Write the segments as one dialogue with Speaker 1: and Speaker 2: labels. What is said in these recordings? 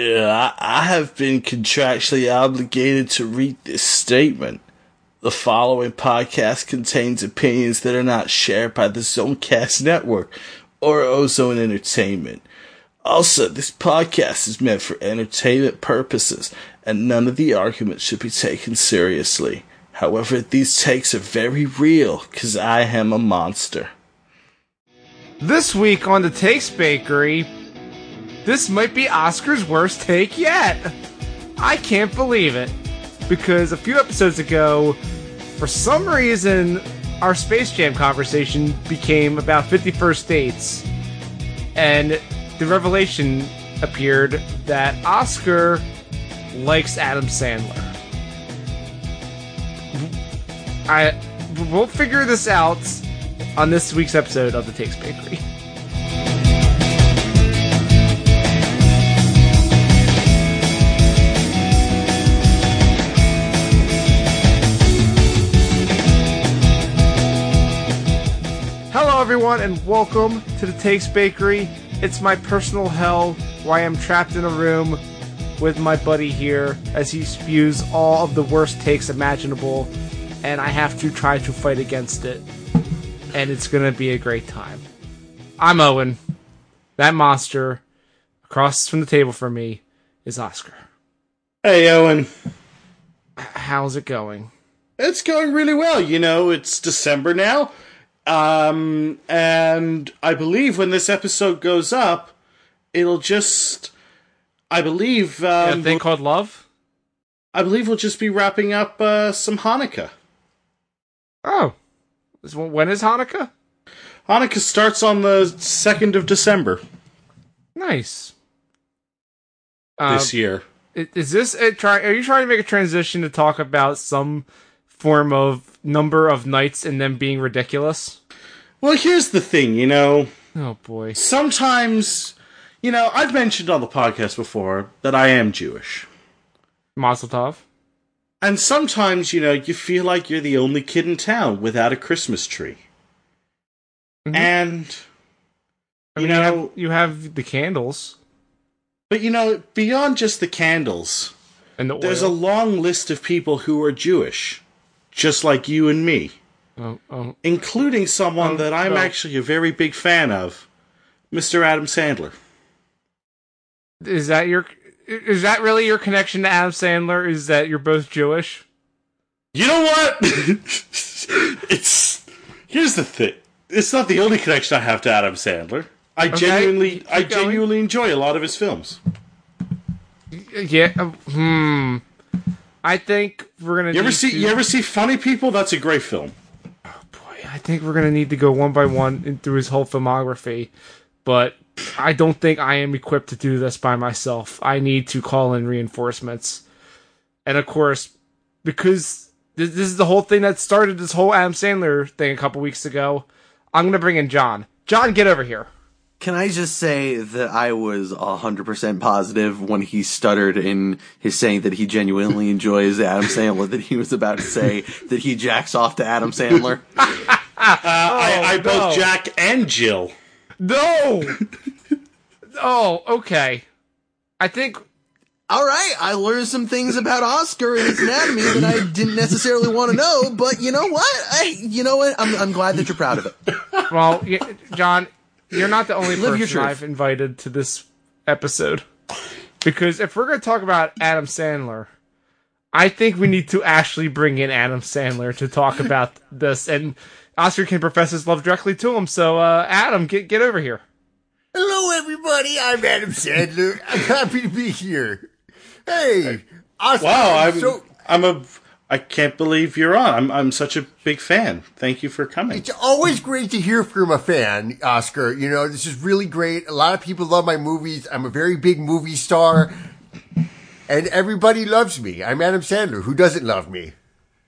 Speaker 1: Yeah, I, I have been contractually obligated to read this statement. The following podcast contains opinions that are not shared by the Zonecast Network or Ozone Entertainment. Also, this podcast is meant for entertainment purposes, and none of the arguments should be taken seriously. However, these takes are very real, because I am a monster.
Speaker 2: This week on the Takes Bakery, this might be Oscar's worst take yet. I can't believe it. Because a few episodes ago, for some reason, our Space Jam conversation became about 51st dates. And the revelation appeared that Oscar likes Adam Sandler. I we'll figure this out on this week's episode of the Takes Bakery. Hello, everyone, and welcome to the Takes Bakery. It's my personal hell where I am trapped in a room with my buddy here as he spews all of the worst takes imaginable, and I have to try to fight against it. And it's going to be a great time. I'm Owen. That monster across from the table from me is Oscar.
Speaker 3: Hey, Owen.
Speaker 2: How's it going?
Speaker 3: It's going really well. You know, it's December now. Um, and I believe when this episode goes up, it'll just. I believe. Um,
Speaker 2: That thing called love?
Speaker 3: I believe we'll just be wrapping up uh, some Hanukkah.
Speaker 2: Oh. Is- When is Hanukkah?
Speaker 3: Hanukkah starts on the 2nd of December
Speaker 2: Nice. Uh,
Speaker 3: this year.
Speaker 2: I- Is this a try? Are you trying to make a transition to talk about some form of number of nights and them being ridiculous?
Speaker 3: Well, here's the thing, you know.
Speaker 2: Oh boy.
Speaker 3: Sometimes, you know, I've mentioned on the podcast before that I am Jewish.
Speaker 2: Mazel tov.
Speaker 3: And sometimes, you know, you feel like you're the only kid in town without a Christmas tree.
Speaker 2: Mhm.
Speaker 3: And
Speaker 2: I
Speaker 3: You
Speaker 2: mean,
Speaker 3: know-
Speaker 2: have- you have the candles
Speaker 3: but you know, beyond just the candles,
Speaker 2: and the oil.
Speaker 3: there's a long list of people who are Jewish, just like you and me,
Speaker 2: oh, oh,
Speaker 3: including someone
Speaker 2: Um,
Speaker 3: that I'm
Speaker 2: no.
Speaker 3: actually a very big fan of, Mr. Adam Sandler.
Speaker 2: is that your? Is that really your connection to Adam Sandler? Is that you're both Jewish?
Speaker 3: You know what? it's here's the thing. It's not the only connection I have to Adam Sandler. I genuinely,
Speaker 2: keep
Speaker 3: I
Speaker 2: going.
Speaker 3: genuinely enjoy a lot of his films.
Speaker 2: Yeah. uh, Hmm. I think we're gonna.
Speaker 3: You ever
Speaker 2: need
Speaker 3: see
Speaker 2: to-
Speaker 3: you ever see Funny People? That's a great film.
Speaker 2: Boy, I think we're gonna need to go one by one in- through his whole filmography, but I don't think I am equipped to do this by myself. I need to call in reinforcements, and of course, because this, this is the whole thing that started this whole Adam Sandler thing a couple weeks ago, I'm gonna bring in John. John, get over here.
Speaker 4: Can I just say that I was 100% positive when he stuttered in his saying that he genuinely enjoys Adam Sandler, that he was about to say that he jacks off to Adam Sandler?
Speaker 3: I, I
Speaker 2: Oh, no.
Speaker 3: both Jack and Jill.
Speaker 2: No. oh, okay. I think
Speaker 4: All right, I learned some things about Oscar and his anatomy that I didn't necessarily want to know, but you know what? I, you know what? I'm, I'm glad that you're proud of it.
Speaker 2: Well, y- John, you're not the only
Speaker 4: Live your
Speaker 2: person
Speaker 4: truth.
Speaker 2: I've invited to this episode. Because if we're going to talk about Adam Sandler, I think we need to actually bring in Adam Sandler to talk about this. And Oscar can profess his love directly to him. So, uh, Adam, get get over here.
Speaker 5: Hello, everybody. I'm Adam Sandler. I'm happy to be here. Hey, Oscar,
Speaker 3: Wow, I'm
Speaker 5: so
Speaker 3: I'm a I can't believe you're on. I'm I'm such a big fan. Thank you for coming.
Speaker 5: it's always great to hear from a fan, Oscar. You know, this is really great. A lot of people love my movies. I'm a very big movie star, and everybody loves me. I'm Adam Sandler. Who doesn't love me?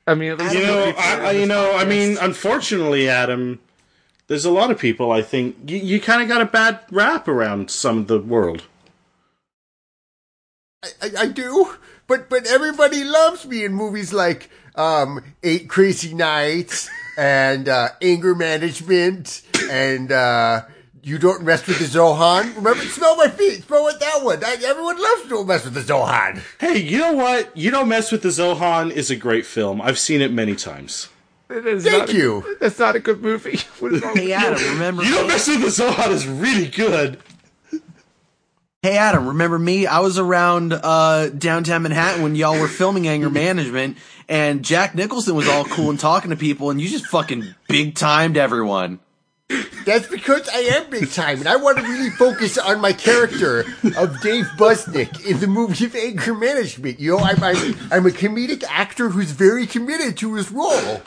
Speaker 2: I mean, at least
Speaker 3: You know, I, I, you know. I mean, unfortunately, Adam, there's a lot of people. I think you, you kind of got a bad rap around some of the world.
Speaker 5: I, I, I do, but but everybody loves me in movies like um, Eight Crazy Nights and uh, Anger Management and uh, You don't mess with the Zohan. Remember, smell my feet. Smell what that one. I, everyone loves to mess with the Zohan.
Speaker 3: Hey, you know what? You Don't Mess with the Zohan is a great film. I've seen it many times.
Speaker 2: It is
Speaker 5: Thank
Speaker 2: not a-
Speaker 5: you.
Speaker 2: that's not a good movie. What is wrong with
Speaker 4: Hey Adam, remember?
Speaker 3: You Don't Mess with the Zohan is really good.
Speaker 4: Hey Adam, remember me? I was around uh, downtown Manhattan when y'all were filming Anger Management, and Jack Nicholson was all cool and talking to people, and you just fucking big timed everyone.
Speaker 5: That's because I am big time, and I want to really focus on my character of Dave Busnick in the movie of Anger Management. You know, I'm, I'm, I'm a comedic actor who's very committed to his role.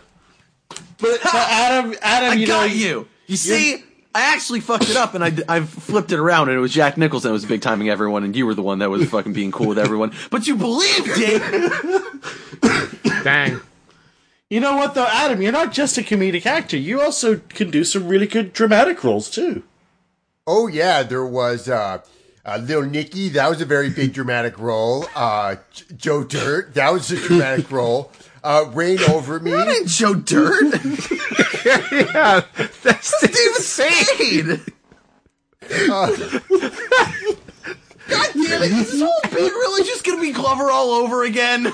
Speaker 3: But, but Adam, Adam,
Speaker 4: Ah, I
Speaker 3: you know,
Speaker 4: got you. You see, I actually fucked it up, and I, d- I flipped it around, and it was Jack Nicholson that was big timing everyone, and you were the one that was fucking being cool with everyone. But you believed it.
Speaker 2: you? Dang.
Speaker 3: You know what though, Adam, you're not just a comedic actor. You also can do some really good dramatic roles too.
Speaker 5: Oh yeah, there was uh, uh, Little Nicky. That was a very big dramatic role. Uh, J- Joe Dirt. That was a dramatic role. Uh, Rain over me.
Speaker 4: And Joe Dirt,
Speaker 2: Yeah, that's
Speaker 4: David
Speaker 2: Steven
Speaker 4: Spade. God damn it! Is this whole being really just gonna be Glover all over again?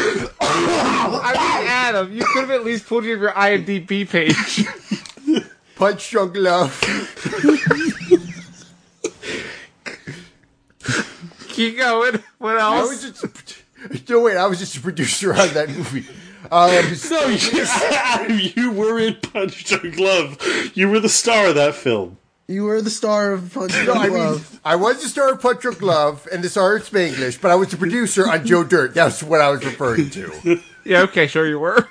Speaker 2: I mean, Adam, you could have at least pulled it up your IMDb page.
Speaker 5: Punch Drunk Love.
Speaker 2: Keep going. What
Speaker 5: I
Speaker 2: else?
Speaker 5: was just no wait. I was just a producer on that movie. Um,
Speaker 3: No, yes, Adam, you were in Punch Drunk Love. You were the star of that film.
Speaker 4: You were the star of Punch
Speaker 5: no, I mean, I was the star of Punch Drunk Love and the star of Spanglish, but I was the producer on Joe Dirt. That's what I was referring to.
Speaker 2: yeah, okay, sure you were.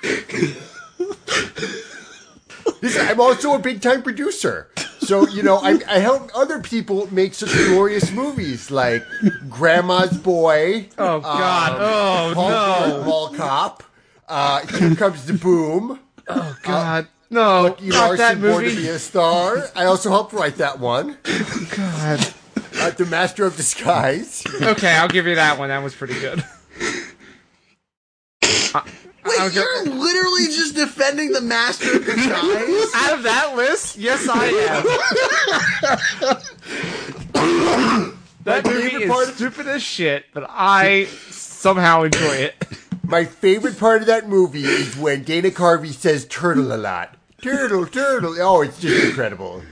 Speaker 5: Listen, I'm also a big time producer. So, you know, I, I help other people make such glorious movies like Grandma's Boy, uh,
Speaker 2: Oh God. oh
Speaker 5: Um, Paul
Speaker 2: no.
Speaker 5: Blart Mall Cop, uh, Here Comes the Boom,
Speaker 2: God. No.
Speaker 5: You
Speaker 2: not
Speaker 5: Are
Speaker 2: that
Speaker 5: Born to
Speaker 2: movie.
Speaker 5: Be a Star. I also helped write that one.
Speaker 2: God.
Speaker 5: Uh, the Master of Disguise.
Speaker 2: Okay, I'll give you that one. That was pretty good.
Speaker 4: Wait,
Speaker 2: Okay.
Speaker 4: you're literally just defending the master of disguise?
Speaker 2: Out of that list, yes, I am. that movie is stupid as shit, but I somehow enjoy it.
Speaker 5: My favorite part of that movie is when Dana Carvey says turtle a lot. Turtle, turtle. Oh, it's just incredible.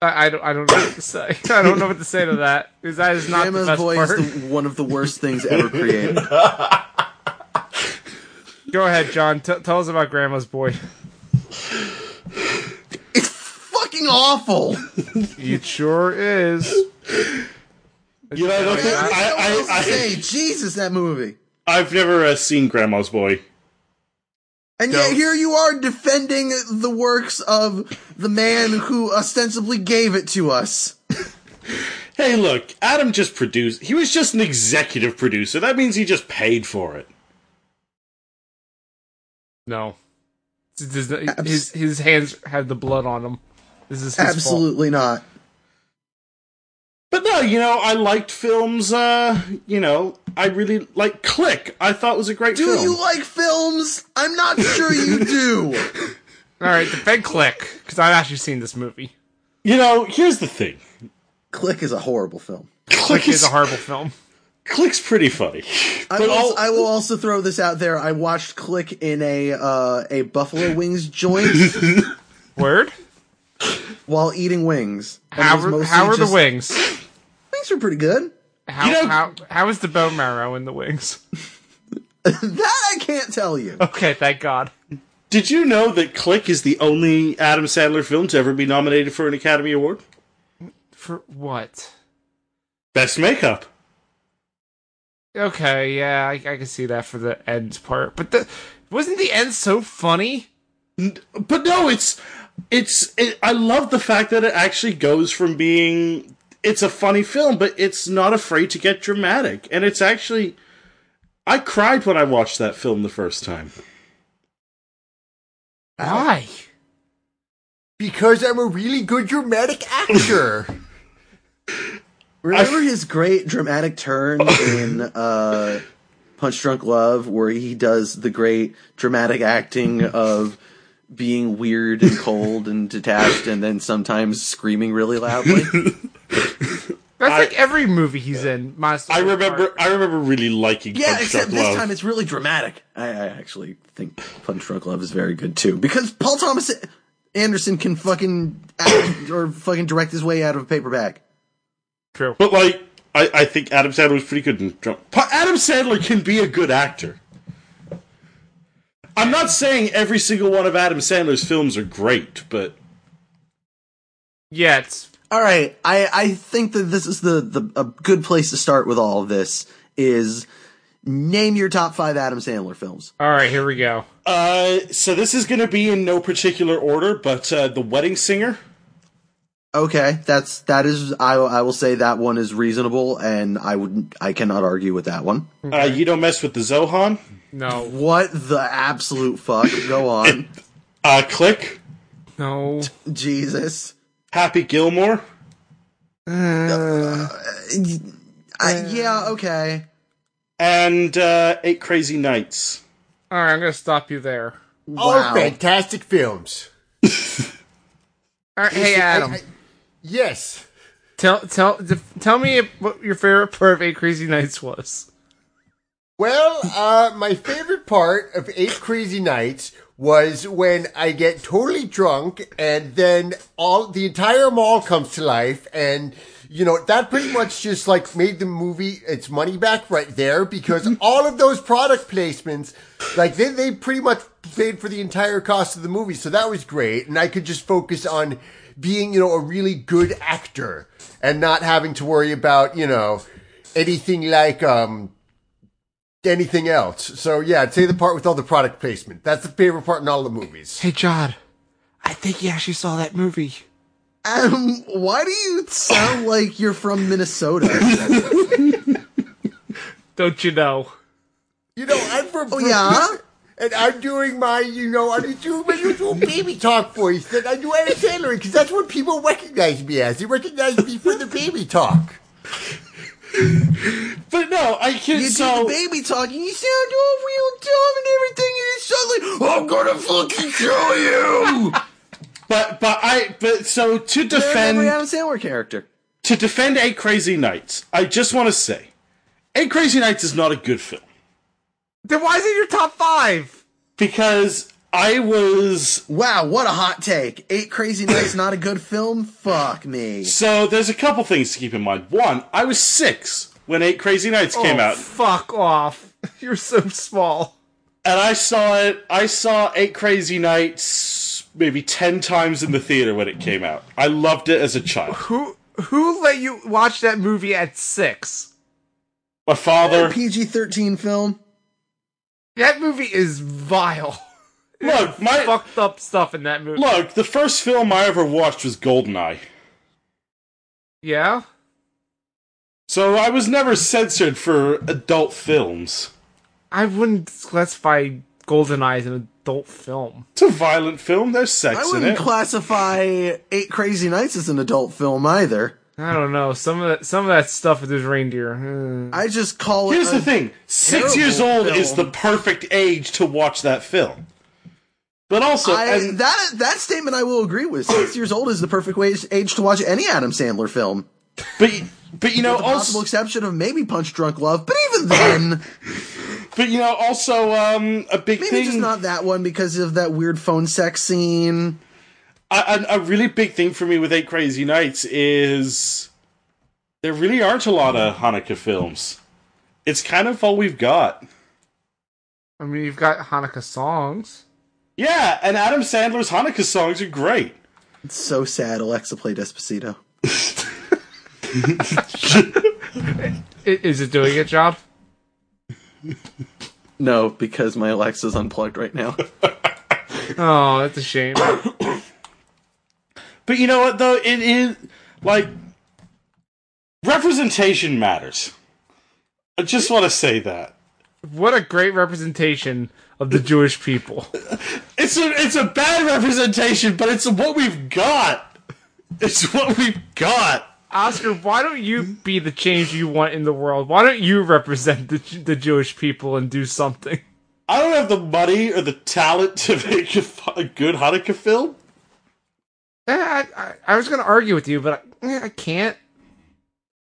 Speaker 2: I, I don't. I don't know what to say. I don't know what to say to that because that is not the
Speaker 4: Grandma's
Speaker 2: best
Speaker 4: boy
Speaker 2: part.
Speaker 4: is the, one of the worst things ever created.
Speaker 2: Go ahead, John. T- tell us about Grandma's boy.
Speaker 4: It's fucking awful.
Speaker 2: It sure is.
Speaker 3: You know, I don't think
Speaker 4: I,
Speaker 3: I, I, I,
Speaker 4: say, Jesus, that movie.
Speaker 3: I've never uh, seen Grandma's Boy.
Speaker 4: And yet here you are defending the works of the man who ostensibly gave it to us.
Speaker 3: Hey, look, Adam just produced. He was just an executive producer. That means he just paid for it.
Speaker 2: No. This is not- His his hands had the blood on them. This is his fault.
Speaker 4: Absolutely not.
Speaker 3: But no, you know, I liked films. Uh, you know, I really like Click. I thought was a great
Speaker 4: Do
Speaker 3: film.
Speaker 4: you like films? I'm not sure you do.
Speaker 2: All right, defend click because I've actually seen this movie.
Speaker 3: you know, here's the thing.
Speaker 4: Click is a horrible film.
Speaker 3: Click,
Speaker 2: It's
Speaker 3: is
Speaker 2: a horrible film.
Speaker 3: Click's pretty funny.
Speaker 4: I
Speaker 3: But
Speaker 4: will,
Speaker 3: all-
Speaker 4: I will also throw this out there. I watched Click in a uh, a buffalo wings joint
Speaker 2: Word.
Speaker 4: while eating wings. And it
Speaker 2: How
Speaker 4: was
Speaker 2: were,
Speaker 4: mostly
Speaker 2: how are
Speaker 4: just-
Speaker 2: the wings?
Speaker 4: Wings were pretty good.
Speaker 2: How,
Speaker 3: You know-
Speaker 2: how how is the bone marrow in the wings?
Speaker 4: That I can't tell you.
Speaker 2: Okay, thank God.
Speaker 3: Did you know that Click is the only Adam Sandler film to ever be nominated for an Academy Award?
Speaker 2: For what?
Speaker 3: Best makeup.
Speaker 2: Okay, yeah, I, I can see that for the end part, but the wasn't the end so funny?
Speaker 3: But no, it's it's. It, I love the fact that it actually goes from being it's a funny film, but it's not afraid to get dramatic, and it's actually. I cried when I watched that film the first time.
Speaker 4: Uh,
Speaker 2: Why?
Speaker 5: Because I'm a really good dramatic actor.
Speaker 4: Remember his great dramatic turn in uh, Punch Drunk Love, where he does the great dramatic acting of being weird and cold and detached, and then sometimes screaming really loudly.
Speaker 2: That's like every movie he's in. Monster
Speaker 3: I remember. I remember really liking.
Speaker 4: Yeah,
Speaker 3: Punch
Speaker 4: except
Speaker 3: Drunk
Speaker 4: this
Speaker 3: Love.
Speaker 4: time it's really dramatic. I, I actually think Punch Drunk Love is very good too because Paul Thomas Anderson can fucking act or fucking direct his way out of a paper bag.
Speaker 2: True.
Speaker 3: But like, I, I think Adam Sandler was pretty good in Drunk. Pa- Adam Sandler can be a good actor. I'm not saying every single one of Adam Sandler's films are great, but
Speaker 2: Yeah, it's
Speaker 4: All right, I I think that this is the the a good place to start with all of this is name your top five Adam Sandler films.
Speaker 2: all right. Here we go.
Speaker 3: uh, so this is going to be in no particular order. But uh, the Wedding Singer,
Speaker 4: Okay, that's that is I I will say that one is reasonable and I would I cannot argue with that one.
Speaker 3: uh, you don't mess with the Zohan,
Speaker 2: No,
Speaker 4: What the absolute fuck? Go on,
Speaker 3: uh, Click,
Speaker 2: no.
Speaker 4: Jesus.
Speaker 3: Happy Gilmore.
Speaker 4: I, yeah, okay.
Speaker 3: and uh, Eight Crazy Nights.
Speaker 2: All right, I'm gonna stop you there.
Speaker 4: Wow.
Speaker 5: All fantastic films.
Speaker 2: All right, hey Adam,
Speaker 5: Yes.
Speaker 2: tell tell def- tell me what your favorite part of Eight Crazy Nights was.
Speaker 5: Well, uh, my favorite part of Eight Crazy Nights was when I get totally drunk and then all the entire mall comes to life and you know, that pretty much just like made the movie its money back right there because all of those product placements, like they, they pretty much paid for the entire cost of the movie. So that was great. And I could just focus on being, you know, a really good actor and not having to worry about, you know, anything like, um, anything else. So yeah, I'd say the part with all the product placement. That's the favorite part in all the movies.
Speaker 2: Hey John, I think you actually saw that movie.
Speaker 4: Adam, Um, why do you sound like you're from Minnesota?
Speaker 2: Don't you know?
Speaker 5: You know, I'm from
Speaker 4: Oh, yeah?
Speaker 5: and I'm doing my, you know, I'm doing my usual baby talk voice that I do Adam Sandler because that's what people recognize me as. They recognize me for the baby talk.
Speaker 3: But no, I can
Speaker 4: You
Speaker 3: so
Speaker 4: do the baby talking, you sound all real dumb and everything, and suddenly, I'm gonna fucking kill you!
Speaker 3: but but I but so to
Speaker 4: Every
Speaker 3: defend
Speaker 4: Adam Sandler character.
Speaker 3: to defend Eight Crazy Nights, I just want to say Eight Crazy Nights is not a good film
Speaker 2: Then why is it your top five?
Speaker 3: because I was
Speaker 4: Wow, what a hot take. Eight Crazy Nights, not a good film? Fuck me.
Speaker 3: so there's a couple things to keep in mind. One, I was 6 when Eight Crazy Nights came
Speaker 2: Oh,
Speaker 3: out
Speaker 2: Fuck off. You're so small.
Speaker 3: and I saw it I saw Eight Crazy Nights maybe 10 times in the theater when it came out. I loved it as a child.
Speaker 2: Who who let you watch that movie at six?
Speaker 3: My father
Speaker 4: PG 13 film?
Speaker 2: That movie is vile.
Speaker 3: Look, my
Speaker 2: Fucked up stuff in that movie.
Speaker 3: Look, the first film I ever watched was Goldeneye.
Speaker 2: Yeah.
Speaker 3: So I was never censored for adult films.
Speaker 2: I wouldn't classify GoldenEye as an adult film.
Speaker 3: It's a violent film, there's sex
Speaker 4: I
Speaker 3: in
Speaker 4: wouldn't
Speaker 3: it.
Speaker 4: classify Eight Crazy Nights as an adult film either.
Speaker 2: I don't know. Some of that, some of that stuff with those reindeer. hmm.
Speaker 4: I just call
Speaker 3: Here's the
Speaker 4: it. a-
Speaker 3: thing six
Speaker 4: terrible
Speaker 3: years old is the
Speaker 4: film.
Speaker 3: perfect age to watch that film. But also,
Speaker 4: I,
Speaker 3: and
Speaker 4: that that statement I will agree with. Six years old is the perfect wage, age to watch any Adam Sandler film.
Speaker 3: but, but you know,
Speaker 4: Possible
Speaker 3: also,
Speaker 4: exception of maybe Punch Drunk Love, but even then,
Speaker 3: but you know, also, um, a big
Speaker 4: maybe
Speaker 3: thing.
Speaker 4: just not that one because of that weird phone sex scene.
Speaker 3: a, a a really big thing for me with Eight Crazy Nights is there really aren't a lot of Hanukkah films. It's kind of all we've got.
Speaker 2: I mean, you've got Hanukkah songs.
Speaker 3: Yeah, and Adam Sandler's Hanukkah songs are great.
Speaker 4: It's so sad. Alexa play Despacito.
Speaker 2: I- Is it doing a job?
Speaker 4: No, because my Alexa's unplugged right now.
Speaker 2: Oh, that's a shame.
Speaker 3: But you know what though? It is like representation matters. I just want to say that.
Speaker 2: what a great representation of the Jewish people.
Speaker 3: It's a it's a bad representation, but it's what we've got. It's what we've got.
Speaker 2: Oscar, why don't you be the change you want in the world? Why don't you represent the, the Jewish people and do something?
Speaker 3: I don't have the money or the talent to make a, fu- a good Hanukkah film.
Speaker 2: Eh, I, I, I was going to argue with you, but I, eh, I can't.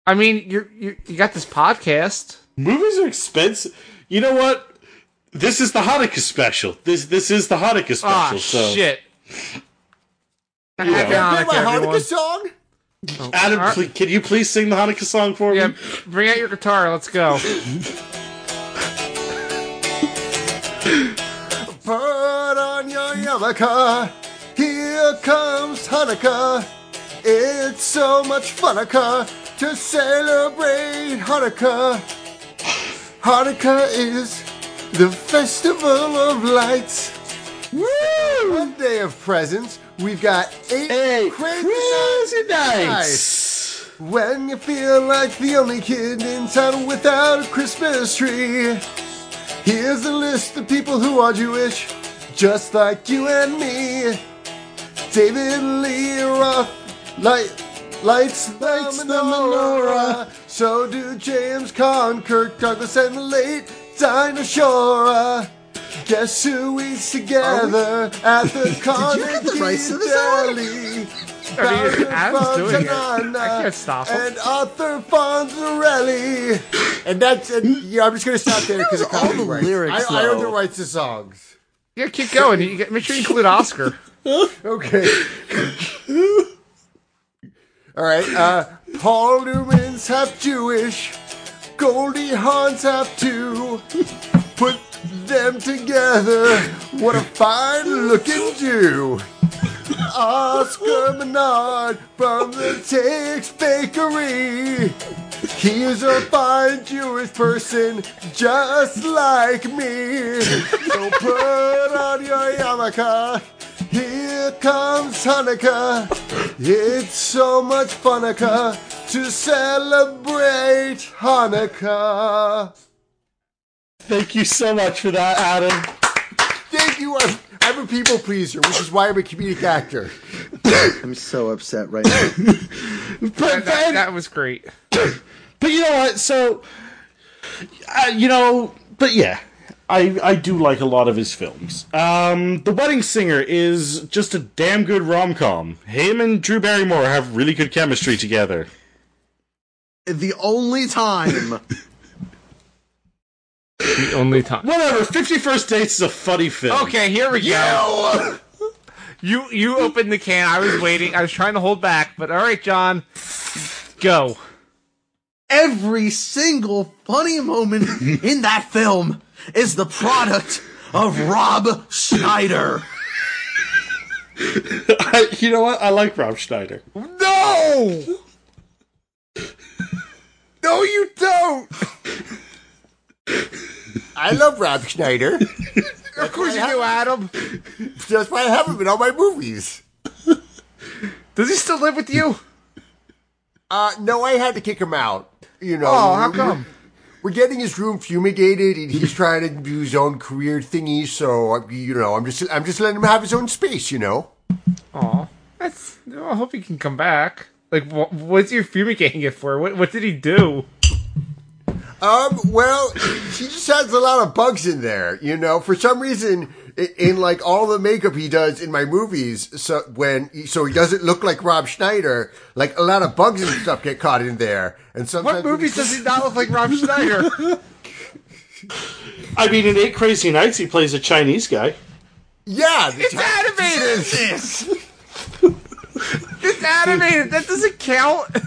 Speaker 2: I mean, you're, you you got this podcast.
Speaker 3: Movies are expensive. You know what? This is the Hanukkah special. This this is the Hanukkah special.
Speaker 2: Ah,
Speaker 3: so
Speaker 2: shit. Happy
Speaker 3: Yeah.
Speaker 5: Play
Speaker 2: Hanukkah,
Speaker 5: my
Speaker 2: everyone.
Speaker 5: Hanukkah song?
Speaker 3: Adam,
Speaker 2: Alright.
Speaker 3: pl- can you please sing the Hanukkah song for
Speaker 2: Yeah,
Speaker 3: me?
Speaker 2: bring out your guitar. Let's go.
Speaker 5: Put on your yarmulke. Here comes Hanukkah. It's so much funukkah to celebrate Hanukkah. Hanukkah is the festival of lights. Woo! One day of presents. We've got eight
Speaker 1: Hey,
Speaker 5: crazy
Speaker 1: crazy nights.
Speaker 3: Nice.
Speaker 5: when you feel like the only kid in town without a Christmas tree, here's a list of people who are Jewish, just like you and me. David Lee Roth light, lights, the
Speaker 3: Lights the
Speaker 5: menorah. So do James Caan, Kirk Douglas, and the late Dinosaur. Guess who eats together at the Carnegie
Speaker 4: get the rights to this,
Speaker 5: Deli?
Speaker 2: I mean,
Speaker 5: Bowser
Speaker 2: Adam's doing it.
Speaker 5: Fontanana
Speaker 2: I can't stop him.
Speaker 5: And Arthur Fonzarelli. And that's and, yeah. I'm just gonna stop there because of
Speaker 4: all the
Speaker 5: copyright.
Speaker 4: lyrics,
Speaker 5: I, I own the
Speaker 4: though.
Speaker 5: rights to songs.
Speaker 2: Yeah, keep going. You get, make sure you include Oscar.
Speaker 5: Okay. all right. Uh, Paul Newman's half Jewish. Goldie Hawn's half too. Put them together. What a fine looking Jew. Oscar Menard from the Takes Bakery. He is a fine Jewish person, just like me. So put on your yarmulke. Here comes Hanukkah. It's so much funukkah to celebrate Hanukkah.
Speaker 3: Thank you so much for that, Adam.
Speaker 5: Thank you. I'm, I'm a people pleaser, which is why I'm a comedic actor.
Speaker 4: I'm so upset right now.
Speaker 3: But
Speaker 2: That,
Speaker 3: then,
Speaker 2: that was great.
Speaker 3: but you know what? So, uh, you know, but yeah, I I do like a lot of his films. Um, The Wedding Singer is just a damn good rom com. Him and Drew Barrymore have really good chemistry together.
Speaker 4: the only time
Speaker 2: The only time.
Speaker 3: Whatever. Fifty First Dates is a funny film.
Speaker 2: Okay, here we go. You you opened the can. I was waiting. I was trying to hold back, but all right, John, go.
Speaker 4: every single funny moment in that film is the product of Rob Schneider.
Speaker 3: I, you know what? I like Rob Schneider.
Speaker 5: No! No, you don't! I love Rob Schneider.
Speaker 2: Of course you do, Adam.
Speaker 5: That's why I haven't been on my movies.
Speaker 2: Does he still live with you?
Speaker 5: Uh, no, I had to kick him out. You know.
Speaker 2: Oh, how
Speaker 5: we're-
Speaker 2: come?
Speaker 5: We're getting his room fumigated, and he's trying to do his own career thingy. So uh, you know, I'm just I'm just letting him have his own space. You know.
Speaker 2: Aw, that's. well, I hope he can come back. Like, wh- what's your fumigating it for? What what did he do?
Speaker 5: Um, well, he just has a lot of bugs in there, you know. For some reason, i- in like all the makeup he does in my movies, so when so he doesn't look like Rob Schneider, like a lot of bugs and stuff get caught in there. And sometimes
Speaker 2: What movies does he not look like Rob Schneider?
Speaker 3: I mean, in Eight Crazy Nights, he plays a Chinese guy.
Speaker 5: Yeah, the
Speaker 2: It's
Speaker 5: time-
Speaker 2: animated. It's animated. That doesn't count.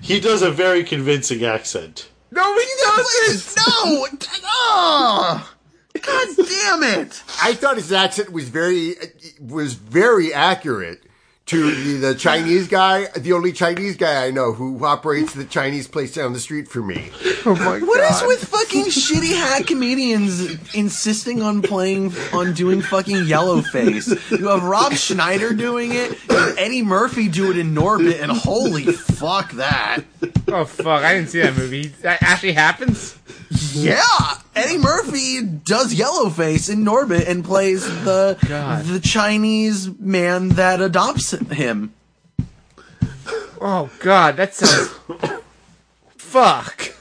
Speaker 3: He does a very convincing accent.
Speaker 2: No, he doesn't.
Speaker 4: No! Oh! God damn it!
Speaker 5: I thought his accent was very was very accurate to the, the Chinese guy, the only Chinese guy I know who operates the Chinese place down the street for me.
Speaker 4: What is with fucking shitty hack comedians insisting on playing on doing fucking Yellowface? You have Rob Schneider doing it, you have Eddie Murphy do it in Norbit, and holy fuck that!
Speaker 2: Oh fuck! I didn't see that movie. That actually happens.
Speaker 4: Yeah, Eddie Murphy does Yellowface in Norbit and plays the
Speaker 2: God.
Speaker 4: the Chinese man that adopts him.
Speaker 2: Oh God, that sounds. Fuck.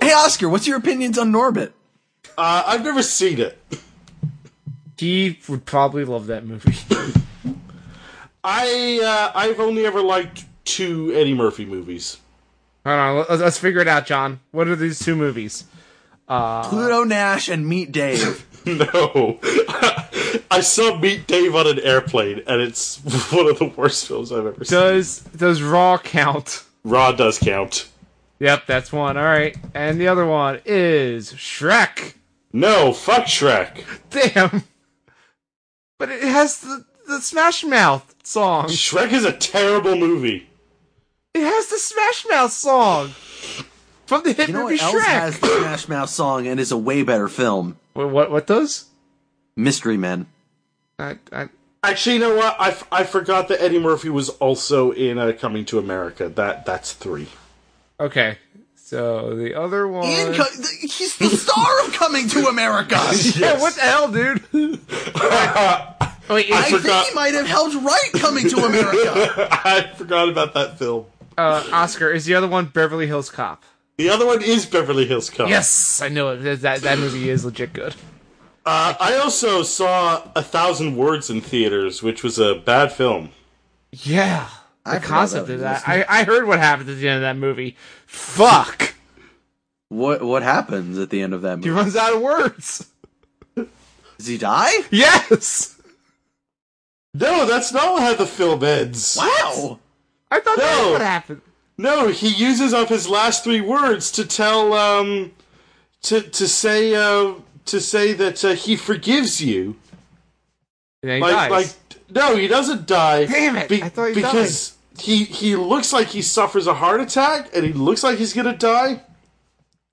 Speaker 4: Hey, Oscar, what's your opinions on Norbit?
Speaker 3: Uh, I've never seen it.
Speaker 2: He would probably love that movie.
Speaker 3: I uh, I've only ever liked two Eddie Murphy movies.
Speaker 2: Hold on, let's, let's figure it out, John. What are these two movies?
Speaker 4: Pluto Nash and Meet Dave.
Speaker 3: No, I saw Meet Dave on an airplane, and it's one of the worst films I've ever seen.
Speaker 2: Does does Raw count?
Speaker 3: Raw does count.
Speaker 2: Yep, that's one. All right, and the other one is Shrek.
Speaker 3: No, fuck Shrek.
Speaker 2: Damn. But it has the the Smash Mouth song.
Speaker 3: Shrek is a terrible movie.
Speaker 2: It has the Smash Mouth song from the hit
Speaker 4: You know
Speaker 2: movie
Speaker 4: what else
Speaker 2: Shrek.
Speaker 4: has the Smash Mouth song and is a way better film?
Speaker 2: Wait, what? What does?
Speaker 4: Mystery Men.
Speaker 2: I, I,
Speaker 3: Actually, you know what? I, f- I forgot that Eddie Murphy was also in uh, Coming to America. That that's three.
Speaker 2: okay, so the other one.
Speaker 4: Ian co- th- he's the star of Coming to America.
Speaker 2: Yeah, what the hell, dude? Wait,
Speaker 4: I
Speaker 2: Ian-
Speaker 4: think he might have helped write Coming to America.
Speaker 3: I forgot about that film.
Speaker 2: uh, Oscar is the other one Beverly Hills Cop.
Speaker 3: The other one is Beverly Hills Cop.
Speaker 2: Yes, I know it. That- That that movie is legit good.
Speaker 3: Uh, I also saw A Thousand Words in theaters, which was a bad film.
Speaker 2: Yeah, the
Speaker 4: I forgot
Speaker 2: concept
Speaker 4: that
Speaker 2: of
Speaker 4: was
Speaker 2: that. I, I heard what happened at the end of that movie. Fuck,
Speaker 4: what what happens at the end of that
Speaker 2: he
Speaker 4: movie?
Speaker 2: runs out of words.
Speaker 4: Does he die?
Speaker 2: Yes,
Speaker 3: No, that's not how the film ends.
Speaker 4: Wow.
Speaker 2: I thought that's
Speaker 3: No.
Speaker 2: what happened.
Speaker 3: No, he uses up his last three words to tell um to to say uh to say that uh, he forgives you.
Speaker 2: And then he
Speaker 3: like
Speaker 2: dies.
Speaker 3: like no, he doesn't die.
Speaker 2: Damn it, I thought he
Speaker 3: because he he looks like he suffers a heart attack and he looks like he's going to die.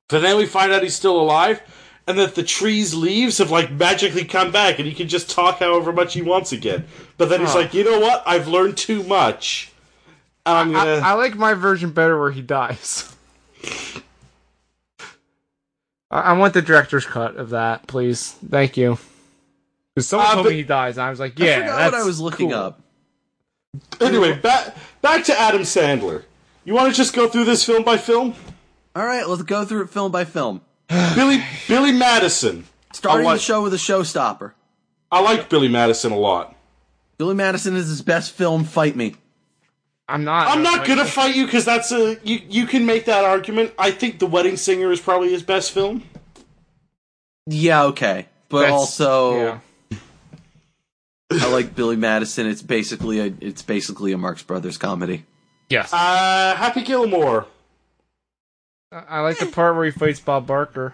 Speaker 3: But then we find out he's still alive and that the tree's leaves have like magically come back and he can just talk however much he wants again. But then he's like, "You know what? I've learned too much." And I'm going
Speaker 2: I,
Speaker 3: to
Speaker 2: I like my version better where he dies. I, I want the director's cut of that, please. Thank you. 'Cause someone
Speaker 3: Uh,
Speaker 2: told
Speaker 3: but-
Speaker 2: me he dies, and I was like,
Speaker 4: I
Speaker 2: yeah.
Speaker 4: forgot
Speaker 2: that's
Speaker 4: what I was looking
Speaker 2: cool.
Speaker 4: up.
Speaker 3: Anyway, back back to Adam Sandler. You want to just go through this film by film?
Speaker 4: All right, let's go through it film by film.
Speaker 3: Billy Billy Madison.
Speaker 4: Starting
Speaker 3: I like,
Speaker 4: the show with a showstopper.
Speaker 3: I like Billy Madison a lot.
Speaker 4: Billy Madison is his best film. Fight me.
Speaker 2: I'm not.
Speaker 3: I'm not
Speaker 2: like-
Speaker 3: gonna fight you because that's a you. You can make that argument. I think The Wedding Singer is probably his best film.
Speaker 4: Yeah, okay, but
Speaker 2: that's-
Speaker 4: also
Speaker 2: yeah.
Speaker 4: I like Billy Madison. It's basically a it's basically a Marx Brothers comedy.
Speaker 2: Yes.
Speaker 3: Uh, Happy Gilmore.
Speaker 2: I I like the part where he fights Bob Barker.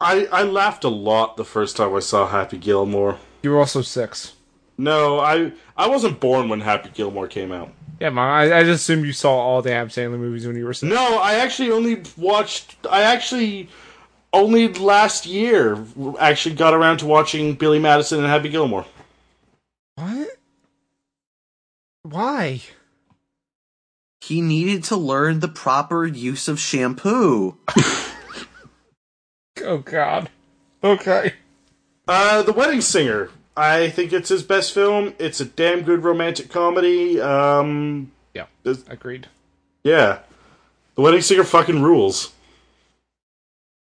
Speaker 3: I I laughed a lot the first time I saw Happy Gilmore.
Speaker 2: You were also six.
Speaker 3: No, I I wasn't born when Happy Gilmore came out.
Speaker 2: Yeah, mom. I, I just assumed you saw all the Adam Sandler movies when you were six.
Speaker 3: No, I actually only watched. I actually only last year actually got around to watching Billy Madison and Happy Gilmore.
Speaker 2: What? Why?
Speaker 4: He needed to learn the proper use of shampoo.
Speaker 2: Oh God. Okay.
Speaker 3: Uh, The Wedding Singer. I think it's his best film. It's a damn good romantic comedy. Um,
Speaker 2: Yeah.
Speaker 3: Does-
Speaker 2: Agreed.
Speaker 3: yeah, The Wedding Singer fucking rules.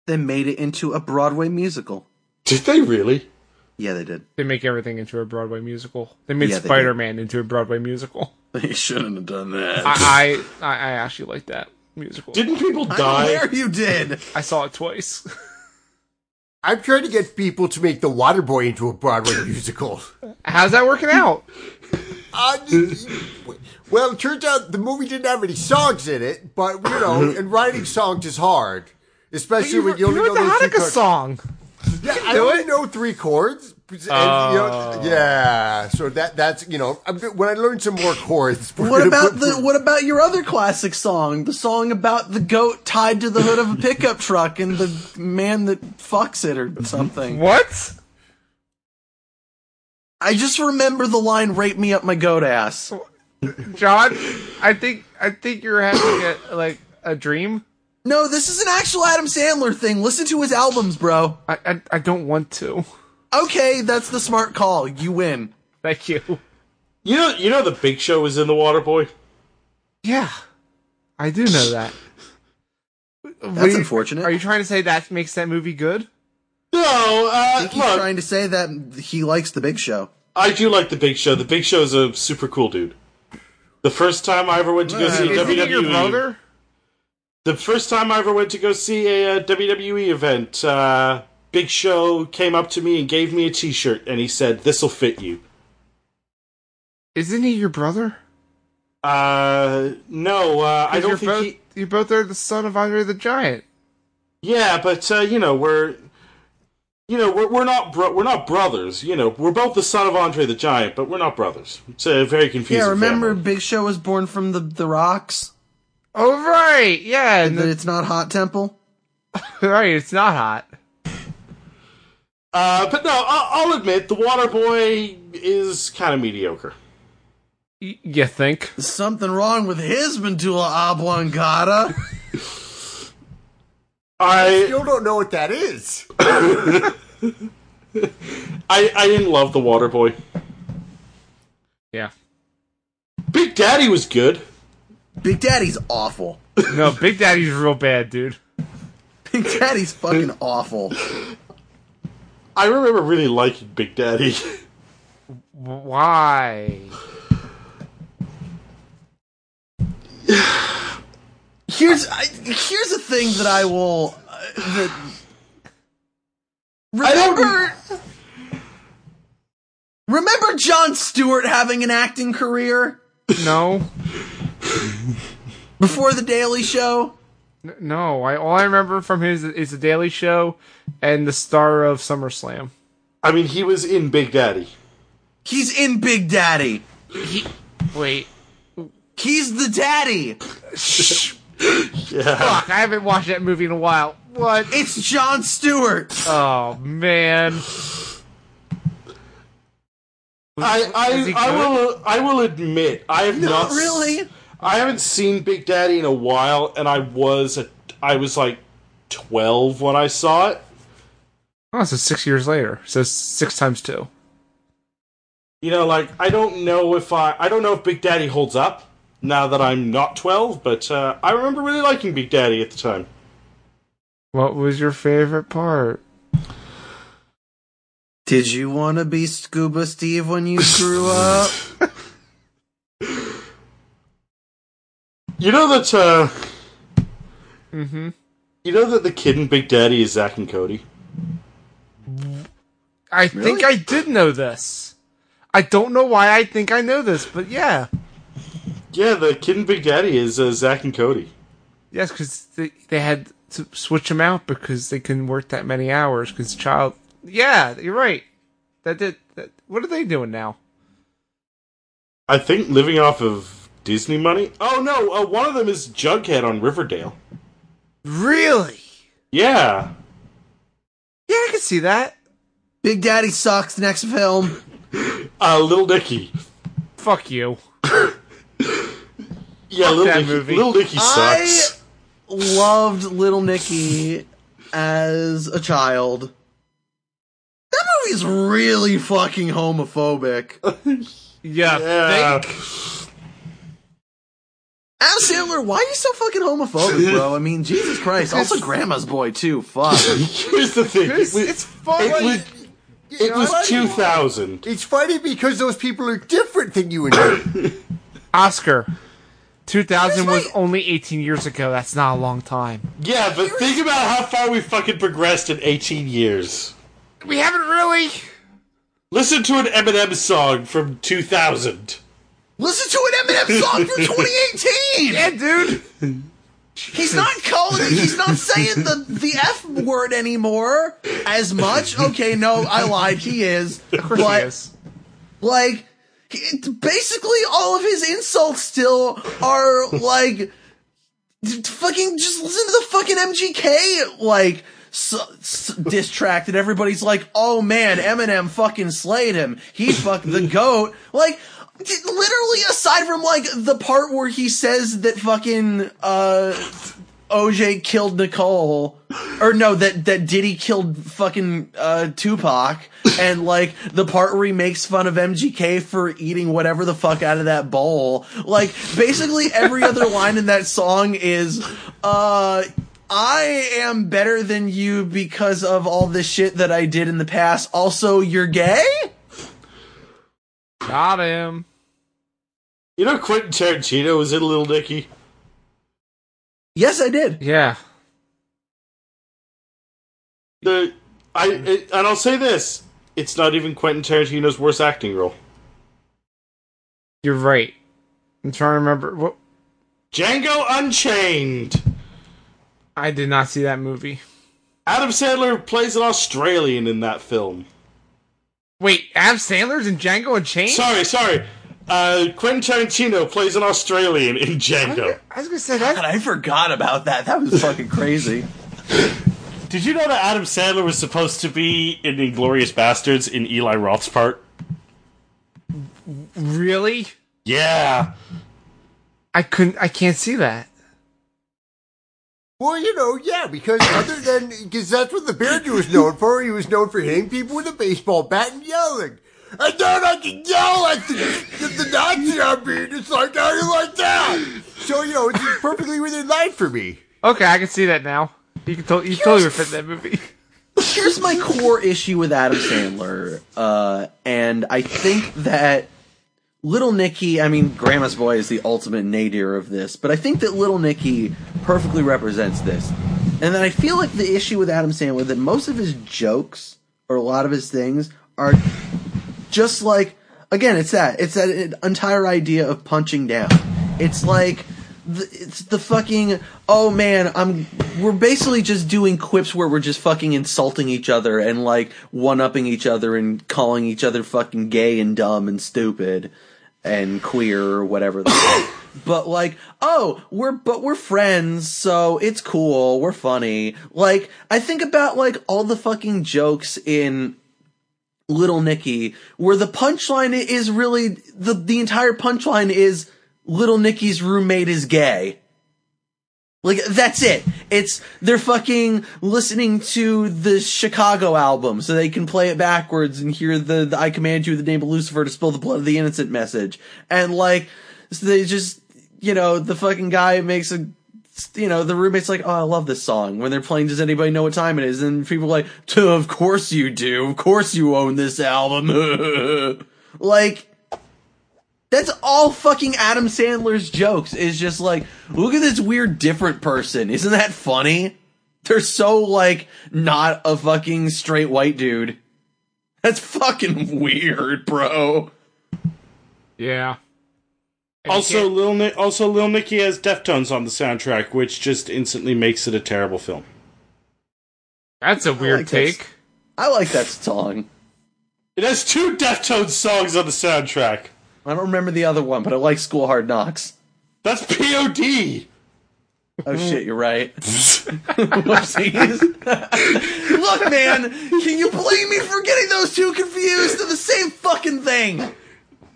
Speaker 4: Then made it into a Broadway musical.
Speaker 3: Did they really?
Speaker 4: Yeah, they did.
Speaker 2: They make everything into a Broadway musical. They made
Speaker 4: Yeah, they do.
Speaker 2: Spider Man into a Broadway musical.
Speaker 4: They shouldn't have done that.
Speaker 2: I, I I I actually like that musical.
Speaker 3: Didn't people
Speaker 4: I
Speaker 3: die?
Speaker 4: swear you did.
Speaker 2: I saw it twice.
Speaker 5: I'm trying to get people to make The Waterboy into a Broadway musical.
Speaker 2: How's that working out?
Speaker 5: Uh, well, it turns out the movie didn't have any songs in it, but you know, and writing songs is hard, especially
Speaker 2: You,
Speaker 5: when
Speaker 2: you
Speaker 5: you only
Speaker 2: wrote
Speaker 5: know
Speaker 2: the
Speaker 5: those three
Speaker 2: Hanukkah
Speaker 5: chords.
Speaker 2: song.
Speaker 5: Yeah, I only know three chords. and, you know, yeah, so that that's you know I'm- when I learn some more chords. we're
Speaker 4: What
Speaker 5: gonna
Speaker 4: about
Speaker 5: put-
Speaker 4: the what about your other classic song? The song about the goat tied to the hood of a pickup truck and the man that fucks it or something.
Speaker 2: What?
Speaker 4: I just remember the line "Rape me up my goat ass."
Speaker 2: John, I think I think you're having a, like a dream.
Speaker 4: No, this is an actual Adam Sandler thing. Listen to his albums, bro.
Speaker 2: I, I I don't want to.
Speaker 4: Okay, that's the smart call. You win.
Speaker 2: Thank you.
Speaker 3: You know, you know, The Big Show was in The Waterboy.
Speaker 2: Yeah, I do know that.
Speaker 4: That's unfortunate.
Speaker 2: Are you trying to say that makes that movie good?
Speaker 3: No,
Speaker 4: I
Speaker 3: uh,
Speaker 4: think he's
Speaker 3: look,
Speaker 4: trying to say that he likes the Big Show.
Speaker 3: I do like the Big Show. The Big Show is a super cool dude. The first time I ever went to go see E a
Speaker 2: Is he
Speaker 3: WWE,
Speaker 2: your brother?
Speaker 3: the first time I ever went to go see a, uh WWE event, uh, Big Show came up to me and gave me a T-shirt, and he said, "This'll fit you."
Speaker 2: Isn't he your brother?
Speaker 3: Uh, no, uh, I
Speaker 2: 'Cause
Speaker 3: don't
Speaker 2: you're
Speaker 3: think
Speaker 2: both,
Speaker 3: he.
Speaker 2: you both are the son of Andre the Giant.
Speaker 3: Yeah, but uh, you know we're, you know we're we're not bro- we're not brothers. You know we're both the son of Andre the Giant, but we're not brothers. It's a very confusing.
Speaker 4: yeah, remember
Speaker 3: family.
Speaker 4: Big Show was born from the the rocks.
Speaker 2: Oh right, yeah, and
Speaker 4: And that it's not Hot Temple.
Speaker 2: right, it's not hot.
Speaker 3: Uh, but no, I'll, I'll admit the Water Boy is kind of mediocre.
Speaker 2: Y- you think?
Speaker 4: There's something wrong with his medulla oblongata.
Speaker 3: I,
Speaker 5: Still don't know what that is.
Speaker 3: I I didn't love the Water Boy.
Speaker 2: Yeah.
Speaker 3: Big Daddy was good.
Speaker 4: Big Daddy's awful.
Speaker 2: No, Big Daddy's real bad, dude.
Speaker 4: Big Daddy's fucking awful.
Speaker 3: I remember really liking Big Daddy.
Speaker 2: Why?
Speaker 4: Here's I, here's a thing that I will. Uh, that,
Speaker 3: I don't-
Speaker 4: remember, remember John Stewart having an acting career
Speaker 2: No,
Speaker 4: before The Daily Show.
Speaker 2: N- no. I all I remember from his is the Daily Show and the star of SummerSlam.
Speaker 3: I mean, he was in Big Daddy.
Speaker 4: He's in Big Daddy.
Speaker 2: Wait,
Speaker 4: He's the daddy.
Speaker 3: Yeah.
Speaker 2: fuck! I haven't watched that movie in a while. What?
Speaker 4: It's John Stewart.
Speaker 2: Oh man.
Speaker 3: I
Speaker 2: Is
Speaker 3: I,
Speaker 2: he
Speaker 3: I
Speaker 2: good?
Speaker 3: will I will admit I have not,
Speaker 4: Not
Speaker 3: s-
Speaker 4: really.
Speaker 3: I haven't seen Big Daddy in a while, and I was a, I was like twelve when I saw it.
Speaker 2: Oh, so six years later. So six times two.
Speaker 3: You know, like I don't know if I I don't know if Big Daddy holds up now that I'm not twelve, but uh, I remember really liking Big Daddy at the time.
Speaker 2: What was your favorite part?
Speaker 4: Did you want to be Scuba Steve when you grew up?
Speaker 3: You know that uh,
Speaker 2: Mm-hmm.
Speaker 3: you know that the kid in Big Daddy is Zach and Cody.
Speaker 2: I think I did know this. I don't know why I think I know this, but yeah.
Speaker 3: Yeah, the kid in Big Daddy is uh, Zach and Cody.
Speaker 2: Yes, because they, they had to switch them out because they couldn't work that many hours because child. Yeah, you're right. That did. That, what are they doing now?
Speaker 3: I think living off of Disney money. Oh no, uh, one of them is Jughead on Riverdale.
Speaker 2: Really?
Speaker 3: Yeah,
Speaker 2: Yeah, I can see that.
Speaker 4: Big Daddy sucks. Next film.
Speaker 3: uh, Little Nicky.
Speaker 2: Fuck you.
Speaker 3: Yeah, Little
Speaker 2: that
Speaker 3: Nicky.
Speaker 2: movie.
Speaker 3: Little Nicky sucks.
Speaker 4: Loved Little Nicky as a child. That movie's really fucking homophobic.
Speaker 2: Yeah.
Speaker 3: Yeah.
Speaker 2: Think?
Speaker 4: Adam Sandler, why are you so fucking homophobic, bro? I mean, Jesus Christ. Also, Grandma's Boy, too. Fuck.
Speaker 3: Here's the thing.
Speaker 2: It's,
Speaker 3: It
Speaker 2: it's fun.
Speaker 3: was- it was, two thousand.
Speaker 5: It's funny because those people are different than you and me.
Speaker 2: Oscar. 2000
Speaker 4: Here's
Speaker 2: was
Speaker 4: my-
Speaker 2: only 18 years ago. That's not a long time.
Speaker 3: Yeah, but think about how far we fucking progressed in eighteen years.
Speaker 2: We haven't really.
Speaker 3: Listen to an Eminem song from two thousand.
Speaker 4: Listen to an Eminem song from 2018!
Speaker 2: Yeah, dude.
Speaker 4: He's not calling it. He's not saying the the f word anymore as much. Okay, no, I lied. He is.
Speaker 2: Of course
Speaker 4: but
Speaker 2: he is.
Speaker 4: like, he- basically, all of his insults still are like, fucking. Just listen to the fucking MGK like. s s- diss track that everybody's like, oh man, Eminem fucking slayed him. He fucked the goat. Like, d- literally, aside from like the part where he says that fucking uh OJ killed Nicole, or no, that that Diddy killed fucking uh, Tupac, and like the part where he makes fun of MGK for eating whatever the fuck out of that bowl. Like basically every other line in that song is, uh. I am better than you because of all the shit that I did in the past. Also, you're gay?
Speaker 2: Got him.
Speaker 3: You know, Quentin Tarantino was in Little Nicky.
Speaker 4: Yes, I did.
Speaker 2: Yeah.
Speaker 3: The I it, and I'll say this: it's not even Quentin Tarantino's worst acting role.
Speaker 2: You're right. I'm trying to remember. What?
Speaker 3: Django Unchained.
Speaker 2: I did not see that movie.
Speaker 3: Adam Sandler plays an Australian in that film.
Speaker 2: Wait, Adam Sandler's in Django Unchained?
Speaker 3: Sorry, sorry. Uh, Quentin Tarantino plays an Australian in Django.
Speaker 2: I was gonna say that.
Speaker 4: God, I forgot about that. That was fucking crazy.
Speaker 3: Did you know that Adam Sandler was supposed to be in Inglorious Bastards in Eli Roth's part?
Speaker 2: Really?
Speaker 3: Yeah.
Speaker 2: I couldn't. I can't see that.
Speaker 5: Well, you know, yeah, because other than because that's what the Bear Jew was known for. He was known for hitting people with a baseball bat and yelling. And then I can yell at the, the, the Nazi I mean. It's like how do you like that? So you know, it's perfectly within line for me.
Speaker 2: Okay, I can see that now. You can tell. You totally were fit in that movie.
Speaker 4: Here's my core issue with Adam Sandler, uh, and I think that Little Nicky. I mean, Grandma's Boy is the ultimate nadir of this, but I think that Little Nicky perfectly represents this. And then I feel like the issue with Adam Sandler that most of his jokes or a lot of his things are just like again it's that it's that entire idea of punching down it's like the, it's the fucking oh man i'm we're basically just doing quips where we're just fucking insulting each other and like one-upping each other and calling each other fucking gay and dumb and stupid and queer or whatever the fuck. but like oh we're but we're friends so it's cool we're funny like i think about like all the fucking jokes in Little Nicky, where the punchline is really the the entire punchline is Little Nicky's roommate is gay. Like that's it. It's they're fucking listening to the Chicago album so they can play it backwards and hear the, the I command you in the name of Lucifer to spill the blood of the innocent message. And like so they just you know, the fucking guy makes a you know, the roommate's like, oh, I love this song. When they're playing, does anybody know what time it is? And people are like, "Tuh, of course you do. Of course you own this album. like, that's all fucking Adam Sandler's jokes is just like, look at this weird different person. Isn't that funny? They're so like, not a fucking straight white dude. That's fucking weird, bro.
Speaker 2: Yeah.
Speaker 3: Also, Lil Ni- also Lil Nicky has Deftones on the soundtrack, which just instantly makes it a terrible film.
Speaker 2: That's a weird
Speaker 4: like this.
Speaker 2: take.
Speaker 4: I like that song.
Speaker 3: It has two Deftones songs on the soundtrack.
Speaker 4: I don't remember the other one, but I like School Hard Knocks.
Speaker 3: That's POD.
Speaker 4: Oh shit, you're right. Whoopsies. Look, man, can you blame me for getting those two confused? They're the same fucking thing.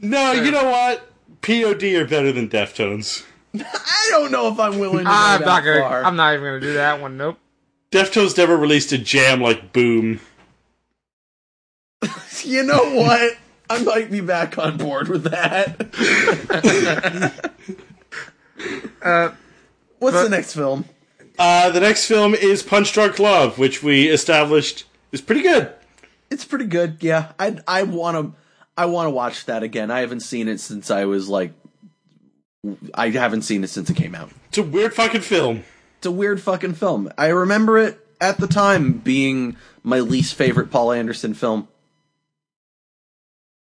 Speaker 3: No, you know what? POD are better than Deftones.
Speaker 4: I don't know if I'm willing to go
Speaker 2: I'm
Speaker 4: that
Speaker 2: not gonna.
Speaker 4: far.
Speaker 2: Ah, I'm not even gonna do that one. Nope.
Speaker 3: Deftones never released a jam like Boom.
Speaker 4: You know what? I might be back on board with that. What's the next film?
Speaker 3: Uh, the next film is Punch Drunk Love, which we established is pretty good.
Speaker 4: It's pretty good. Yeah, I I want to I want to watch that again. I haven't seen it since I was like I haven't seen it since it came out.
Speaker 3: It's a weird fucking film.
Speaker 4: it's a weird fucking film. I remember it at the time being my least favorite Paul Anderson film.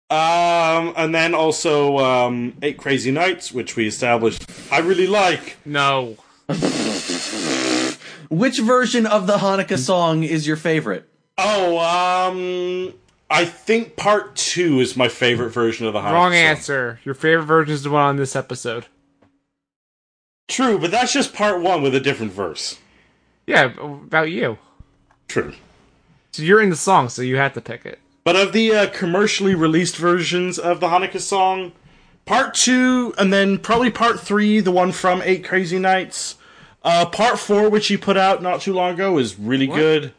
Speaker 3: Um, and then also um, Eight Crazy Nights, which we established I really like.
Speaker 2: No.
Speaker 4: Which version of the Hanukkah song is your favorite?
Speaker 3: Oh, um, I think part two is my favorite version of the Hanukkah.
Speaker 2: Wrong
Speaker 3: song.
Speaker 2: answer. Your favorite version is the one on this episode.
Speaker 3: True, but that's just part one with a different verse.
Speaker 2: Yeah, b- about you.
Speaker 3: True.
Speaker 2: So you're in the song, so you have to pick it.
Speaker 3: But of the uh, commercially released versions of the Hanukkah song, part two, and then probably part three, the one from Eight Crazy Nights, Uh, part four, which he put out not too long ago, is really good.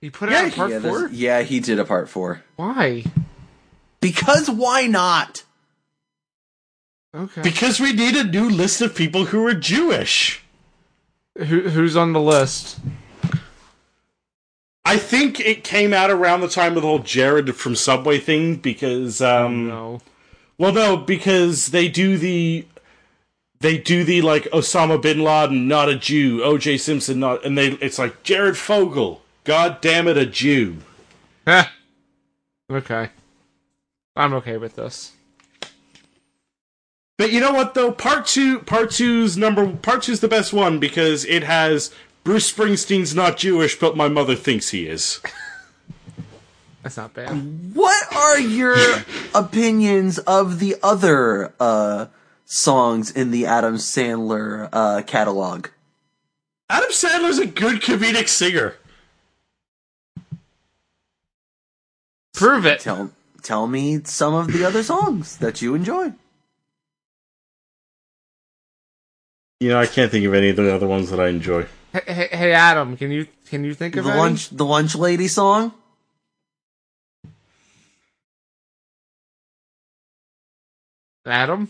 Speaker 2: He put it
Speaker 3: Yeah,
Speaker 2: out in part
Speaker 4: yeah, there's-
Speaker 2: four.
Speaker 4: yeah, he did a part four.
Speaker 2: Why?
Speaker 4: Because why not?
Speaker 2: Okay.
Speaker 3: Because we need a new list of people who are Jewish.
Speaker 2: Who, who's on the list?
Speaker 3: I think it came out around the time of the whole Jared from Subway thing because, um,
Speaker 2: No.
Speaker 3: well, no, because they do the, they do the like Osama bin Laden, not a Jew, O.J. Simpson, not, and they, it's like Jared Fogle, God damn it, a Jew.
Speaker 2: Heh. Eh. okay. I'm okay with this.
Speaker 3: But you know what though? Part two, part two's number, part two's the best one because it has Bruce Springsteen's not Jewish, but my mother thinks he is.
Speaker 2: That's not bad.
Speaker 4: What are your opinions of the other uh, songs in the Adam Sandler uh, catalog?
Speaker 3: Adam Sandler's a good comedic singer.
Speaker 2: Prove it.
Speaker 4: Tell tell me some of the other songs that you enjoy.
Speaker 3: You know, I can't think of any of the other ones that I enjoy.
Speaker 2: Hey, hey, hey, Adam, can you can you think
Speaker 4: The
Speaker 2: of any?
Speaker 4: lunch the lunch lady song.
Speaker 2: Adam?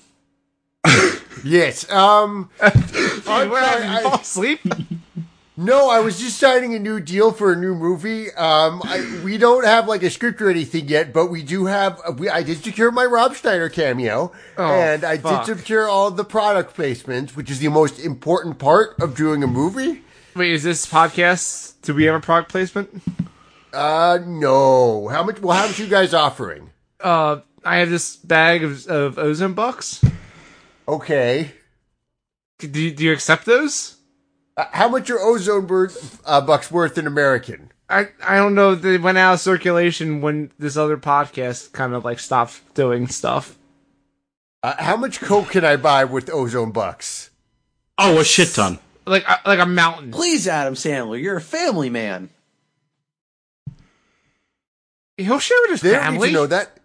Speaker 5: Yes. Um.
Speaker 2: Dude, what
Speaker 5: sorry,
Speaker 2: happened?
Speaker 5: I-
Speaker 2: You fall asleep?
Speaker 5: No, I was just signing a new deal for a new movie. Um, I, we don't have like a script or anything yet, but we do have. We, I did secure my Rob Schneider cameo,
Speaker 2: Oh,
Speaker 5: and I
Speaker 2: fuck.
Speaker 5: did secure all the product placements, which is the most important part of doing a movie.
Speaker 2: Wait, is this podcast? Do we have a product placement?
Speaker 5: Uh, no. How much? Well, how much you guys offering?
Speaker 2: Uh, I have this bag of, of ozone bucks.
Speaker 5: Okay.
Speaker 2: Do you, do you accept those?
Speaker 5: Uh, how much are ozone birds, uh, bucks worth in American?
Speaker 2: I, I don't know. They went out of circulation when this other podcast kind of like stopped doing stuff.
Speaker 5: Uh, how much coke can I buy with ozone bucks?
Speaker 3: Oh, a shit ton.
Speaker 2: Like uh, like a mountain.
Speaker 4: Please, Adam Sandler, you're a family man.
Speaker 2: He'll share with his
Speaker 5: They don't need
Speaker 2: family.
Speaker 5: to know that.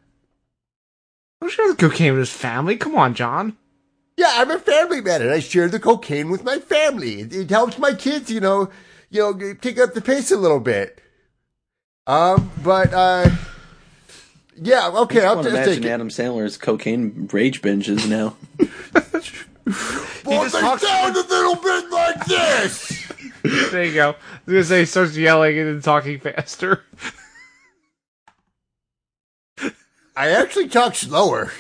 Speaker 2: He'll share the cocaine with his family. Come on, John.
Speaker 5: Yeah, I'm a family man, and I share the cocaine with my family. It, it helps my kids, you know, you know, g- pick up the pace a little bit. Um, but uh, yeah, okay, I'll
Speaker 4: I
Speaker 5: just take
Speaker 4: imagine
Speaker 5: it.
Speaker 4: Adam Sandler's cocaine rage binges now.
Speaker 5: Well,
Speaker 2: just
Speaker 5: they
Speaker 2: talks-
Speaker 5: sound a little bit like this.
Speaker 2: There you go. I was gonna say he starts yelling and then talking faster.
Speaker 5: I actually talk slower.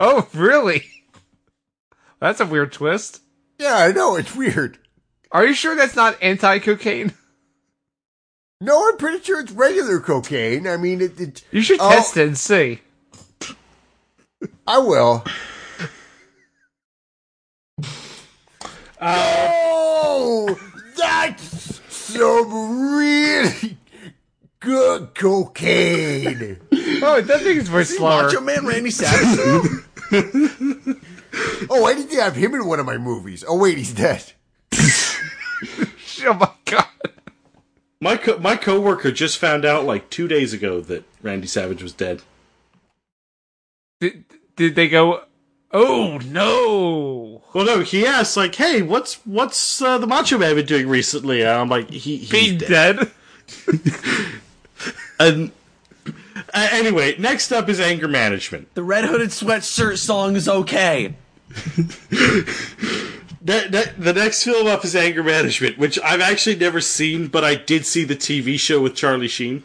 Speaker 2: Oh, really? That's a weird twist.
Speaker 5: Yeah, I know it's weird.
Speaker 2: Are you sure that's not anti-cocaine?
Speaker 5: No, I'm pretty sure it's regular cocaine. I mean, it. it
Speaker 2: You should
Speaker 5: Oh.
Speaker 2: test it and see.
Speaker 5: I will. oh, that's some really good cocaine.
Speaker 2: Oh, it does make his voice slower.
Speaker 4: Man Randy Savage.
Speaker 5: oh, I didn't have him in one of my movies. Oh, wait, he's dead.
Speaker 2: Oh my god.
Speaker 3: My co- my coworker just found out like two days ago that Randy Savage was dead.
Speaker 2: Did, did they go? Oh no!
Speaker 3: Well, no, he asked like, "Hey, what's what's uh, the Macho Man been doing recently?" And I'm like, "He he's
Speaker 2: Being
Speaker 3: dead."
Speaker 2: dead.
Speaker 3: And, uh, anyway, next up is anger management.
Speaker 4: the red hooded sweatshirt song is okay.
Speaker 3: The, the, the next film up is Anger Management, which I've actually never seen, but I did see the TV show with Charlie Sheen.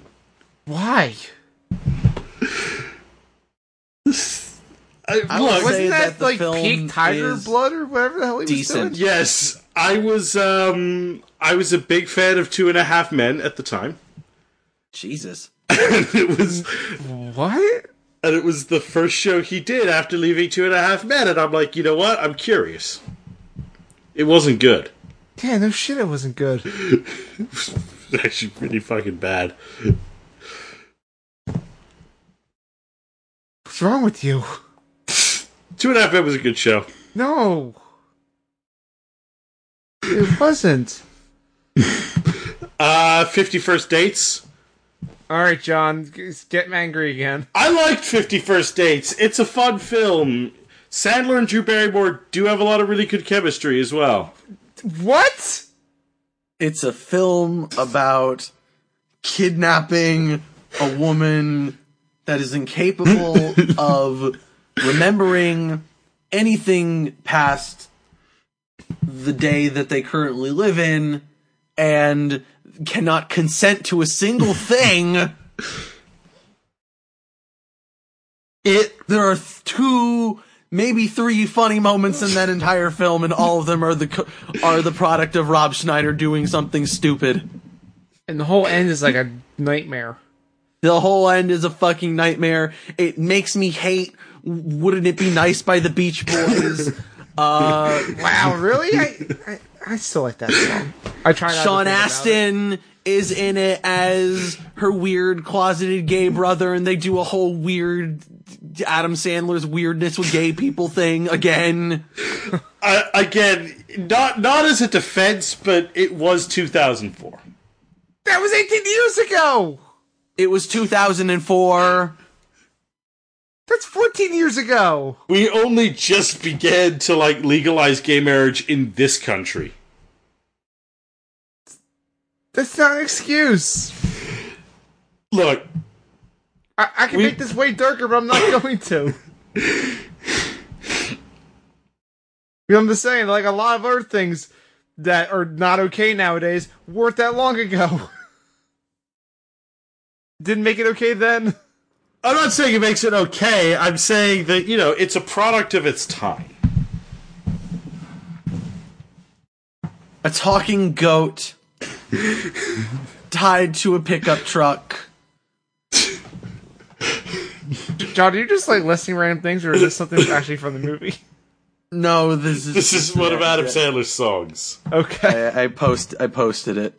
Speaker 2: Why?
Speaker 3: I,
Speaker 4: I
Speaker 3: Uh, look,
Speaker 4: would
Speaker 2: Wasn't that,
Speaker 4: say that the
Speaker 2: like
Speaker 4: film
Speaker 2: peak tiger
Speaker 4: is
Speaker 2: blood or whatever the hell he was
Speaker 4: decent.
Speaker 2: doing?
Speaker 3: yes, I was um I was a big fan of Two and a Half Men at the time.
Speaker 4: Jesus.
Speaker 3: And it was
Speaker 2: What?
Speaker 3: and it was the first show he did after leaving Two and a Half Men, and I'm like, you know what? I'm curious. It wasn't good.
Speaker 2: Yeah, no shit. It wasn't good.
Speaker 3: It was actually pretty fucking bad.
Speaker 2: What's wrong with you?
Speaker 3: Two and a Half Men was a good show.
Speaker 2: No. It wasn't.
Speaker 3: Uh, Fifty First Dates.
Speaker 2: All right, John, g- get angry again.
Speaker 3: I liked Fifty First Dates. It's a fun film. Sandler and Drew Barrymore do have a lot of really good chemistry as well.
Speaker 2: What?
Speaker 4: It's a film about kidnapping a woman that is incapable of remembering anything past the day that they currently live in and cannot consent to a single thing. It there are th- two maybe three funny moments in that entire film and all of them are the co- are the product of Rob Schneider doing something stupid.
Speaker 2: And the whole end is like a nightmare.
Speaker 4: The whole end is a fucking nightmare. It makes me hate. Wouldn't it be nice by the Beach Boys? uh,
Speaker 2: Wow, really? I, I I still like that song. I try not
Speaker 4: Sean
Speaker 2: to think about it.
Speaker 4: Astin is in it as her weird closeted gay brother, and they do a whole weird Adam Sandler's weirdness with gay people thing again.
Speaker 3: Uh, again, not not as a defense, but it was 2004.
Speaker 2: That was 18 years ago.
Speaker 4: It was 2004.
Speaker 2: That's 14 years ago.
Speaker 3: We only just began to like legalize gay marriage in this country.
Speaker 2: That's not an excuse.
Speaker 3: Look,
Speaker 2: I, I can
Speaker 3: We-
Speaker 2: make this way darker, but I'm not going to. you know what I'm just saying? Like a lot of other things that are not okay nowadays weren't that long ago. Didn't make it okay then.
Speaker 3: I'm not saying it makes it okay. I'm saying that you know it's a product of its time.
Speaker 4: A talking goat tied to a pickup truck.
Speaker 2: John, are you just like listing random things, or is this something actually from the movie?
Speaker 4: No, this is
Speaker 3: This is one of Adam Sandler's songs.
Speaker 2: Okay.
Speaker 4: I, I post. I posted it.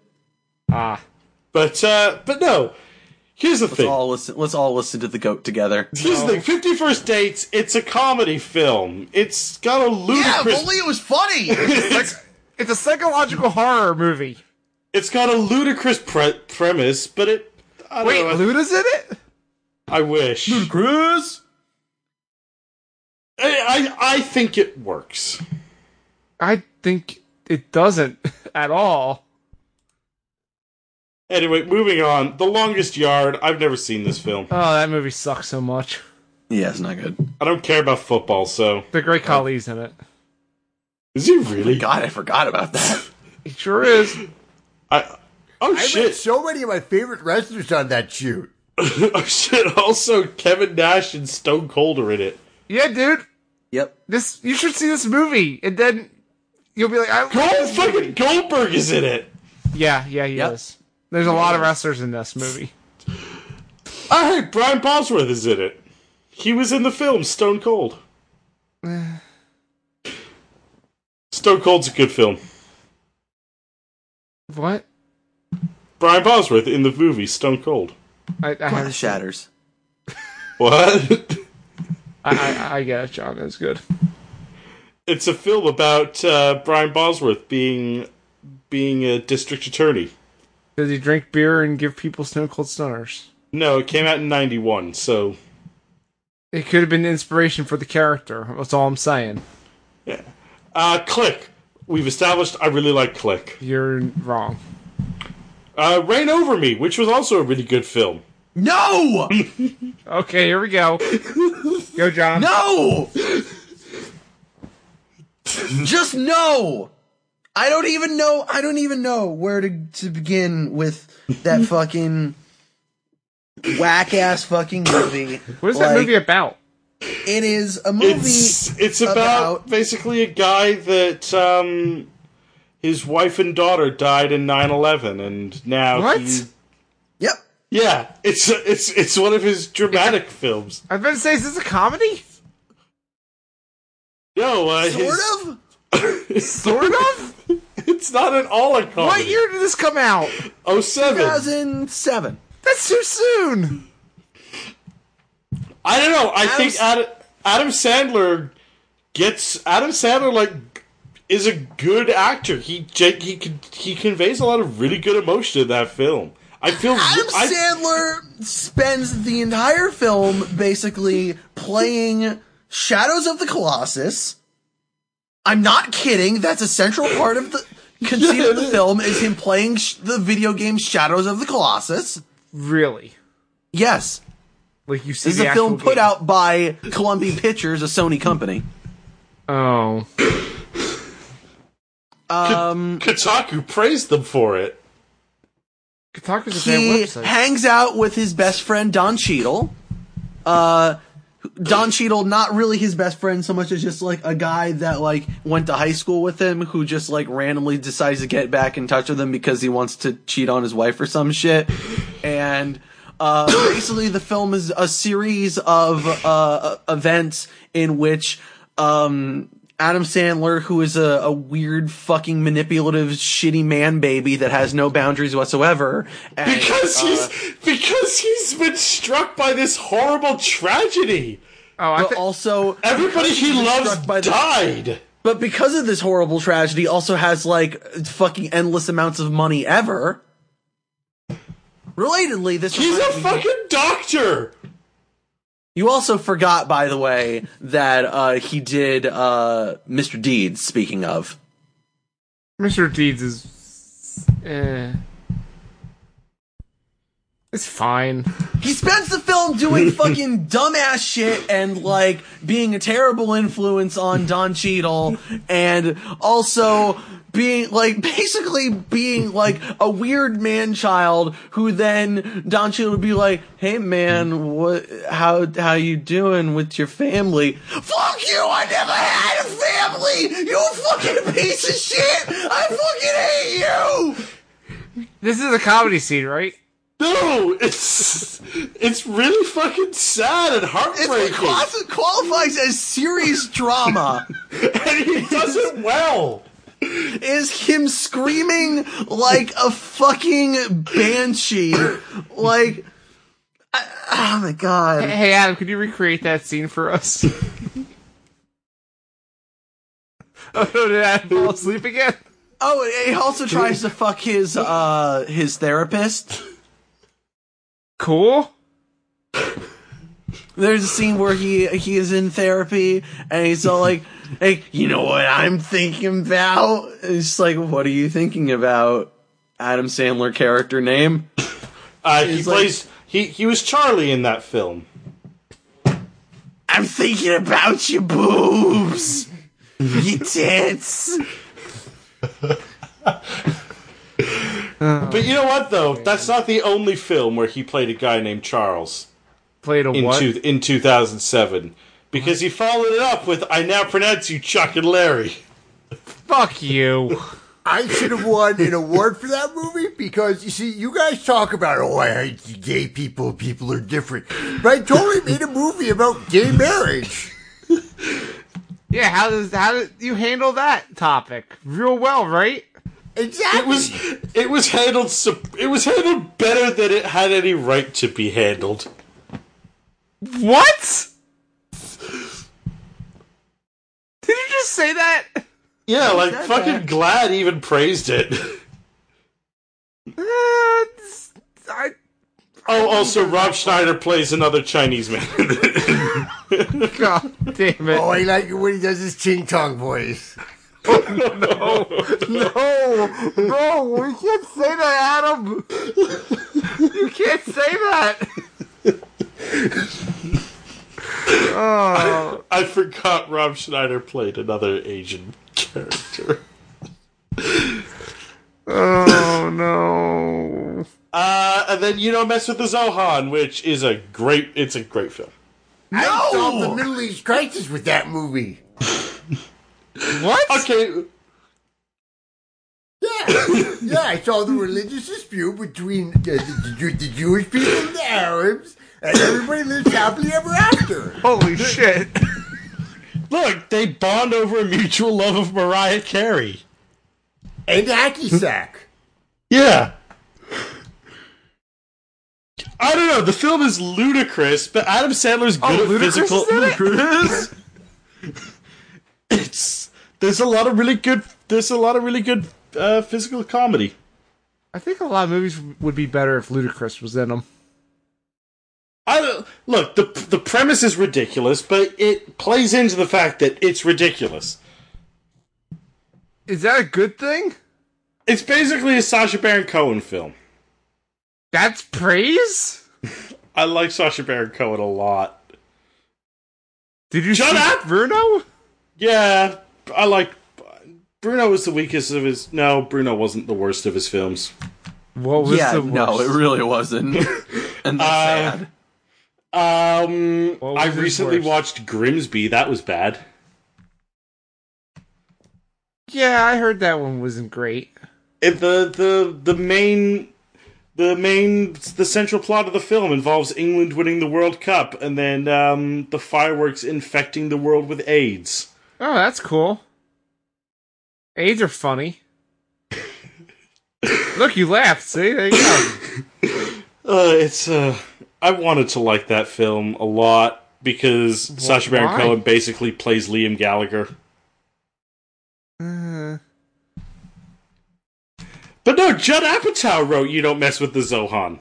Speaker 2: Uh, Ah.
Speaker 3: But uh but no. Here's the
Speaker 4: Let's
Speaker 3: thing.
Speaker 4: all listen. Let's all listen to the goat together.
Speaker 3: Here's the thing. Fifty First Dates. It's a comedy film. It's got a ludicrous.
Speaker 4: it was funny.
Speaker 2: It's a psychological horror movie.
Speaker 3: it's got a ludicrous pre- premise, but it. I don't
Speaker 2: Wait,
Speaker 3: know, I-
Speaker 2: Luda's in it?
Speaker 3: I wish. I,
Speaker 4: Cruz.
Speaker 3: I I think it works.
Speaker 2: I think it doesn't at all.
Speaker 3: Anyway, moving on. The Longest Yard. I've never seen this film.
Speaker 2: Oh, that movie sucks so much.
Speaker 4: Yeah, it's not good.
Speaker 3: I don't care about football, so
Speaker 2: The Great Khali's in it.
Speaker 3: is he really?
Speaker 4: God, I forgot about that.
Speaker 2: He sure is.
Speaker 3: I. Oh
Speaker 5: I met
Speaker 3: shit!
Speaker 5: so many of my favorite wrestlers on that shoot.
Speaker 3: oh shit! Also, Kevin Nash and Stone Cold are in it.
Speaker 2: Yeah, dude.
Speaker 4: Yep.
Speaker 2: This you should see this movie, and then you'll be like, I love
Speaker 3: Oh,
Speaker 2: this movie.
Speaker 3: fucking Goldberg is in it.
Speaker 2: Yeah, yeah, he
Speaker 4: Yep.
Speaker 2: is. There's a lot of wrestlers in this movie.
Speaker 3: I heard Brian Bosworth is in it. He was in the film Stone Cold. Stone Cold's a good film.
Speaker 2: What?
Speaker 3: Brian Bosworth in the movie Stone Cold.
Speaker 2: I I,
Speaker 4: Glass
Speaker 2: have,
Speaker 4: shatters.
Speaker 3: What?
Speaker 2: I, I, I get it, John. It's good.
Speaker 3: it's a film about uh, Brian Bosworth being being a district attorney.
Speaker 2: Does he drink beer and give people snow cold stunners?
Speaker 3: No, it came out in '91, so
Speaker 2: It could have been inspiration for the character. That's all I'm saying.
Speaker 3: yeah. Uh, Click. We've established I really like Click.
Speaker 2: You're wrong.
Speaker 3: Uh, Rain Over Me, which was also a really good film.
Speaker 4: No!
Speaker 2: Okay, here we go. Go, John.
Speaker 4: No! Just no! I don't even know. I don't even know where to to begin with that fucking whack ass fucking movie.
Speaker 2: What is that
Speaker 4: Like,
Speaker 2: movie about?
Speaker 4: It is a movie.
Speaker 3: It's it's about,
Speaker 4: about-
Speaker 3: basically a guy that um his wife and daughter died in 9/11 and now
Speaker 2: What?
Speaker 3: he-
Speaker 4: Yep.
Speaker 3: yeah, it's it's it's one of his dramatic films.
Speaker 2: I was about to say, is this a comedy?
Speaker 3: No, uh,
Speaker 4: Sort of.
Speaker 3: of.
Speaker 2: Sort of?
Speaker 3: It's not at all a comedy. Oh,
Speaker 2: What year did this come out?
Speaker 3: 07.
Speaker 4: 2007.
Speaker 2: That's too soon.
Speaker 3: I don't know. I
Speaker 4: Adam
Speaker 3: think
Speaker 4: S-
Speaker 3: Adam, Adam Sandler gets Adam Sandler like is a good actor. He j- he con- he conveys a lot of really good emotion in that film. I feel
Speaker 4: Adam
Speaker 3: I-
Speaker 4: Sandler spends the entire film basically playing Shadows of the Colossus, I'm not kidding. That's a central part of the conceit of the film is him playing sh- the video game Shadows of the Colossus.
Speaker 2: Really?
Speaker 4: Yes,
Speaker 2: Like you see
Speaker 4: this is
Speaker 2: the
Speaker 4: a film
Speaker 2: actual
Speaker 4: put
Speaker 2: game.
Speaker 4: out by Columbia Pictures, a Sony company.
Speaker 2: Oh,
Speaker 3: Kotaku praised them for it.
Speaker 2: Kotaku's a damn
Speaker 4: he
Speaker 2: website.
Speaker 4: hangs out with his best friend Don Cheadle. Uh, Don Cheadle, not really his best friend so much as just like a guy that like went to high school with him, who just like randomly decides to get back in touch with him because he wants to cheat on his wife or some shit. And uh, basically, the film is a series of uh, events in which um, Adam Sandler, who is a, a weird, fucking manipulative, shitty man baby that has no boundaries whatsoever, and-
Speaker 3: Because
Speaker 4: Uh,
Speaker 3: he's because he's been struck by this horrible tragedy.
Speaker 2: oh, I
Speaker 4: but
Speaker 2: thi-
Speaker 4: also
Speaker 3: Everybody he loves
Speaker 4: struck by the-
Speaker 3: died.
Speaker 4: but because of this horrible tragedy also has like fucking endless amounts of money ever relatedly this
Speaker 3: He's a
Speaker 4: reminds me-
Speaker 3: fucking doctor.
Speaker 4: you also forgot by the way that uh he did uh mr deeds speaking of
Speaker 2: Mr. Deeds is. Eh. It's fine.
Speaker 4: he spends the film doing fucking dumbass shit and like being a terrible influence on Don Cheadle and also being like basically being like a weird man child who then Don Cheadle would be like, "Hey man, what how how you doing with your family?" "Fuck you, I never had a family. You fucking piece of shit. I fucking hate you."
Speaker 2: This is a comedy scene, right?
Speaker 3: No, it's it's really fucking sad and
Speaker 4: It's what
Speaker 3: heartbreaking.
Speaker 4: quasi- qualifies as serious drama.
Speaker 3: And he does it well.
Speaker 4: is him screaming like a fucking banshee. Like, I, oh my god.
Speaker 2: Hey, Adam, could you recreate that scene for us? oh no, did Adam fall asleep again?
Speaker 4: Oh, and he also tries to fuck his uh his therapist.
Speaker 2: Cool.
Speaker 4: There's a scene where he he is in therapy and he's all like, "Hey, you know what I'm thinking about?" And it's like, "What are you thinking about?" Adam Sandler character name.
Speaker 3: Uh, he
Speaker 4: like-
Speaker 3: plays he he was Charlie in that film.
Speaker 4: I'm thinking about your boobs, your tits.
Speaker 3: But you know what though?
Speaker 4: Oh,
Speaker 3: That's not the only film where he played a guy named Charles
Speaker 2: Played a
Speaker 3: in
Speaker 2: what?
Speaker 3: two, in 2007 because he followed it up with I now pronounce you Chuck and Larry.
Speaker 2: Fuck you.
Speaker 5: I should have won an award for that movie because you see, you guys talk about oh, I hate gay people. People are different, but I totally made a movie about gay marriage.
Speaker 2: Yeah, how does how did you handle that topic? Real well, right?
Speaker 5: Exactly.
Speaker 3: It was it was handled sup- it was handled better than it had any right to be handled.
Speaker 2: What? Did you just say that?
Speaker 3: Yeah, like
Speaker 4: said
Speaker 3: fucking
Speaker 4: that.
Speaker 3: glad even praised it.
Speaker 2: Uh, it's- I,
Speaker 3: Oh, also Rob Schneider plays another Chinese man.
Speaker 2: God damn it.
Speaker 5: oh, I like it when he does his ching chong voice.
Speaker 3: Oh,
Speaker 2: No, no, Oh, we can't say that, Adam. You can't say that. Oh,
Speaker 3: I forgot Rob Schneider played another Asian character.
Speaker 2: oh no.
Speaker 3: Uh, and then you don't mess with the Zohan, which is a great. It's a great film.
Speaker 5: No! I solved the Middle East crisis with that movie.
Speaker 2: What?
Speaker 3: Okay,
Speaker 5: Yeah, yeah, I solved the religious dispute between uh, the, the, the Jewish people and the Arabs, and everybody lives happily ever after.
Speaker 2: Holy shit.
Speaker 3: look, they bond over a mutual love of Mariah Carey.
Speaker 5: And hacky sack.
Speaker 3: Yeah. I don't know. The film is ludicrous, but Adam Sandler's good at
Speaker 2: Ludacris
Speaker 3: physical.
Speaker 2: Oh, is in it?
Speaker 3: Ludicrous. it's there's a lot of really good. There's a lot of really good uh, physical comedy.
Speaker 2: I think a lot of movies would be better if Ludacris was in them.
Speaker 3: I don't- look the the premise is ridiculous, but it plays into the fact that it's ridiculous.
Speaker 2: Is that a good thing?
Speaker 3: It's basically a Sasha Baron Cohen film.
Speaker 2: That's praise?
Speaker 3: I like Sasha Baron Cohen a lot.
Speaker 2: Did you
Speaker 3: Shut
Speaker 2: see
Speaker 3: up!
Speaker 2: Bruno?
Speaker 3: Yeah, I like. Bruno was the weakest of his. No, Bruno wasn't the worst of his films.
Speaker 2: What was
Speaker 4: yeah,
Speaker 2: the
Speaker 4: no,
Speaker 2: worst? Uh,
Speaker 4: it really wasn't. and that's sad.
Speaker 3: Um,
Speaker 2: What was
Speaker 3: I
Speaker 2: his
Speaker 3: recently
Speaker 2: worst?
Speaker 3: watched Grimsby. That was bad.
Speaker 2: Yeah, I heard that one wasn't great.
Speaker 3: It, the the the main the main the central plot of the film involves England winning the World Cup and then um, the fireworks infecting the world with AIDS.
Speaker 2: Oh, that's cool. AIDS are funny. Look, you laughed. See, there you go.
Speaker 3: Uh, it's uh, I wanted to like that film a lot because Sacha Baron
Speaker 2: why?
Speaker 3: Cohen basically plays Liam Gallagher.
Speaker 2: Uh,
Speaker 3: But no, Judd Apatow wrote "You Don't Mess with the Zohan,"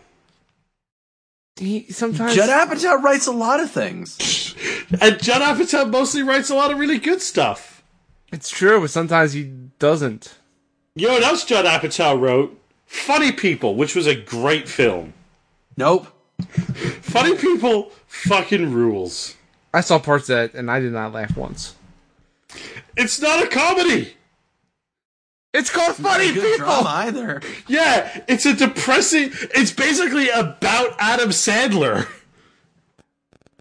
Speaker 2: he, sometimes
Speaker 4: Judd Apatow writes a lot of things.
Speaker 3: and Judd Apatow mostly writes a lot of really good stuff.
Speaker 2: it's true, but sometimes he doesn't.
Speaker 3: You know what else Judd Apatow wrote? "Funny People," which was a great film.
Speaker 4: Nope.
Speaker 3: Funny People fucking rules.
Speaker 2: I saw parts of that, and I did not laugh once.
Speaker 3: It's not a comedy.
Speaker 2: It's called funny
Speaker 4: Good
Speaker 2: people.
Speaker 4: drama either.
Speaker 3: Yeah, it's a depressing. It's basically about Adam Sandler.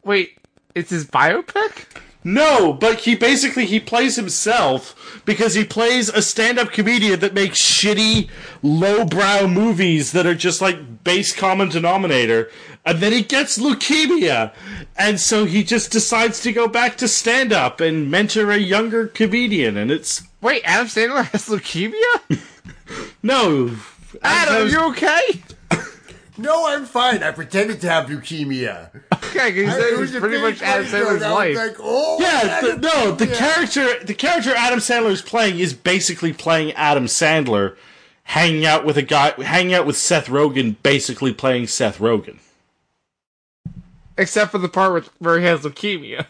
Speaker 2: Wait, it's his biopic?
Speaker 3: No, but he basically he plays himself because he plays a stand-up comedian that makes shitty, lowbrow movies that are just like base common denominator, and then he gets leukemia, and so he just decides to go back to stand-up and mentor a younger comedian, and it's
Speaker 2: Wait, Adam Sandler has leukemia?
Speaker 3: no.
Speaker 2: Adam, are you okay?
Speaker 5: No, I'm fine. I pretended to have leukemia.
Speaker 2: Okay, because it was
Speaker 5: a
Speaker 2: pretty
Speaker 5: big
Speaker 2: much Adam
Speaker 5: funny joke.
Speaker 2: Sandler's
Speaker 5: I
Speaker 2: life.
Speaker 5: was Like, oh,
Speaker 3: Yeah,
Speaker 5: Adam-
Speaker 3: the, no, the
Speaker 5: yeah.
Speaker 3: character the character Adam Sandler is playing is basically playing Adam Sandler hanging out with a guy hanging out with Seth Rogen basically playing Seth Rogen.
Speaker 2: Except for the part with, where he has leukemia.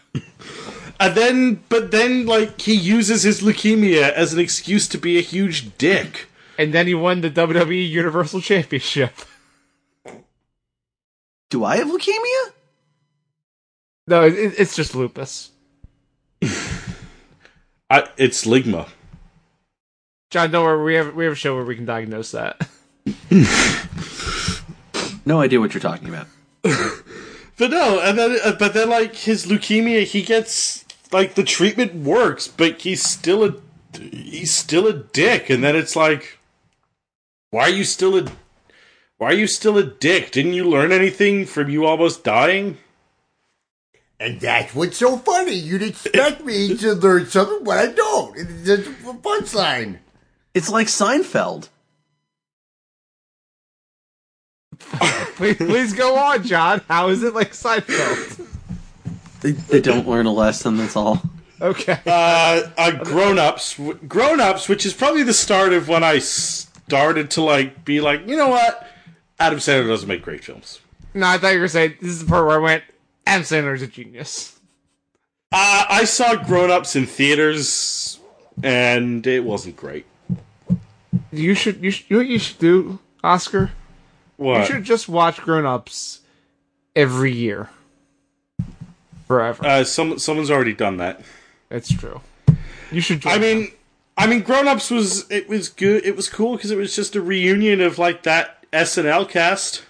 Speaker 3: And then but then like he uses his leukemia as an excuse to be a huge dick.
Speaker 2: And then he won the WWE Universal Championship.
Speaker 4: Do I have leukemia?
Speaker 2: No, it, it- it's just lupus.
Speaker 3: I, it's ligma.
Speaker 2: John, don't worry, we have we have a show where we can diagnose that.
Speaker 4: No idea what you're talking about.
Speaker 3: But no, and then uh, but then like his leukemia, he gets like the treatment works, but he's still a he's still a dick, and then it's like, why are you still a why are you still a dick? Didn't you learn anything from you almost dying?
Speaker 5: And that's what's so funny. You'd expect me to learn something, but I don't. It's just a punchline.
Speaker 4: It's like Seinfeld.
Speaker 2: please, please go on, John. How is it like Seinfeld?
Speaker 4: They, they don't learn a lesson, that's all.
Speaker 2: Okay.
Speaker 3: Uh, uh grown ups, grown ups, which is probably the start of when I started to like be like, you know what, Adam Sandler doesn't make great films.
Speaker 2: No, I thought you were saying this is the part where I went, Adam Sandler's a genius.
Speaker 3: Uh, I saw Grown Ups in theaters, and it wasn't great.
Speaker 2: You should you should you know what you should do, Oscar?
Speaker 3: What?
Speaker 2: You should just watch Grown Ups every year. Forever.
Speaker 3: Uh, some someone's already done that.
Speaker 2: That's true. You should
Speaker 3: I
Speaker 2: join
Speaker 3: mean, I mean, Grown Ups was it was good. It was cool because it was just a reunion of like that SNL cast.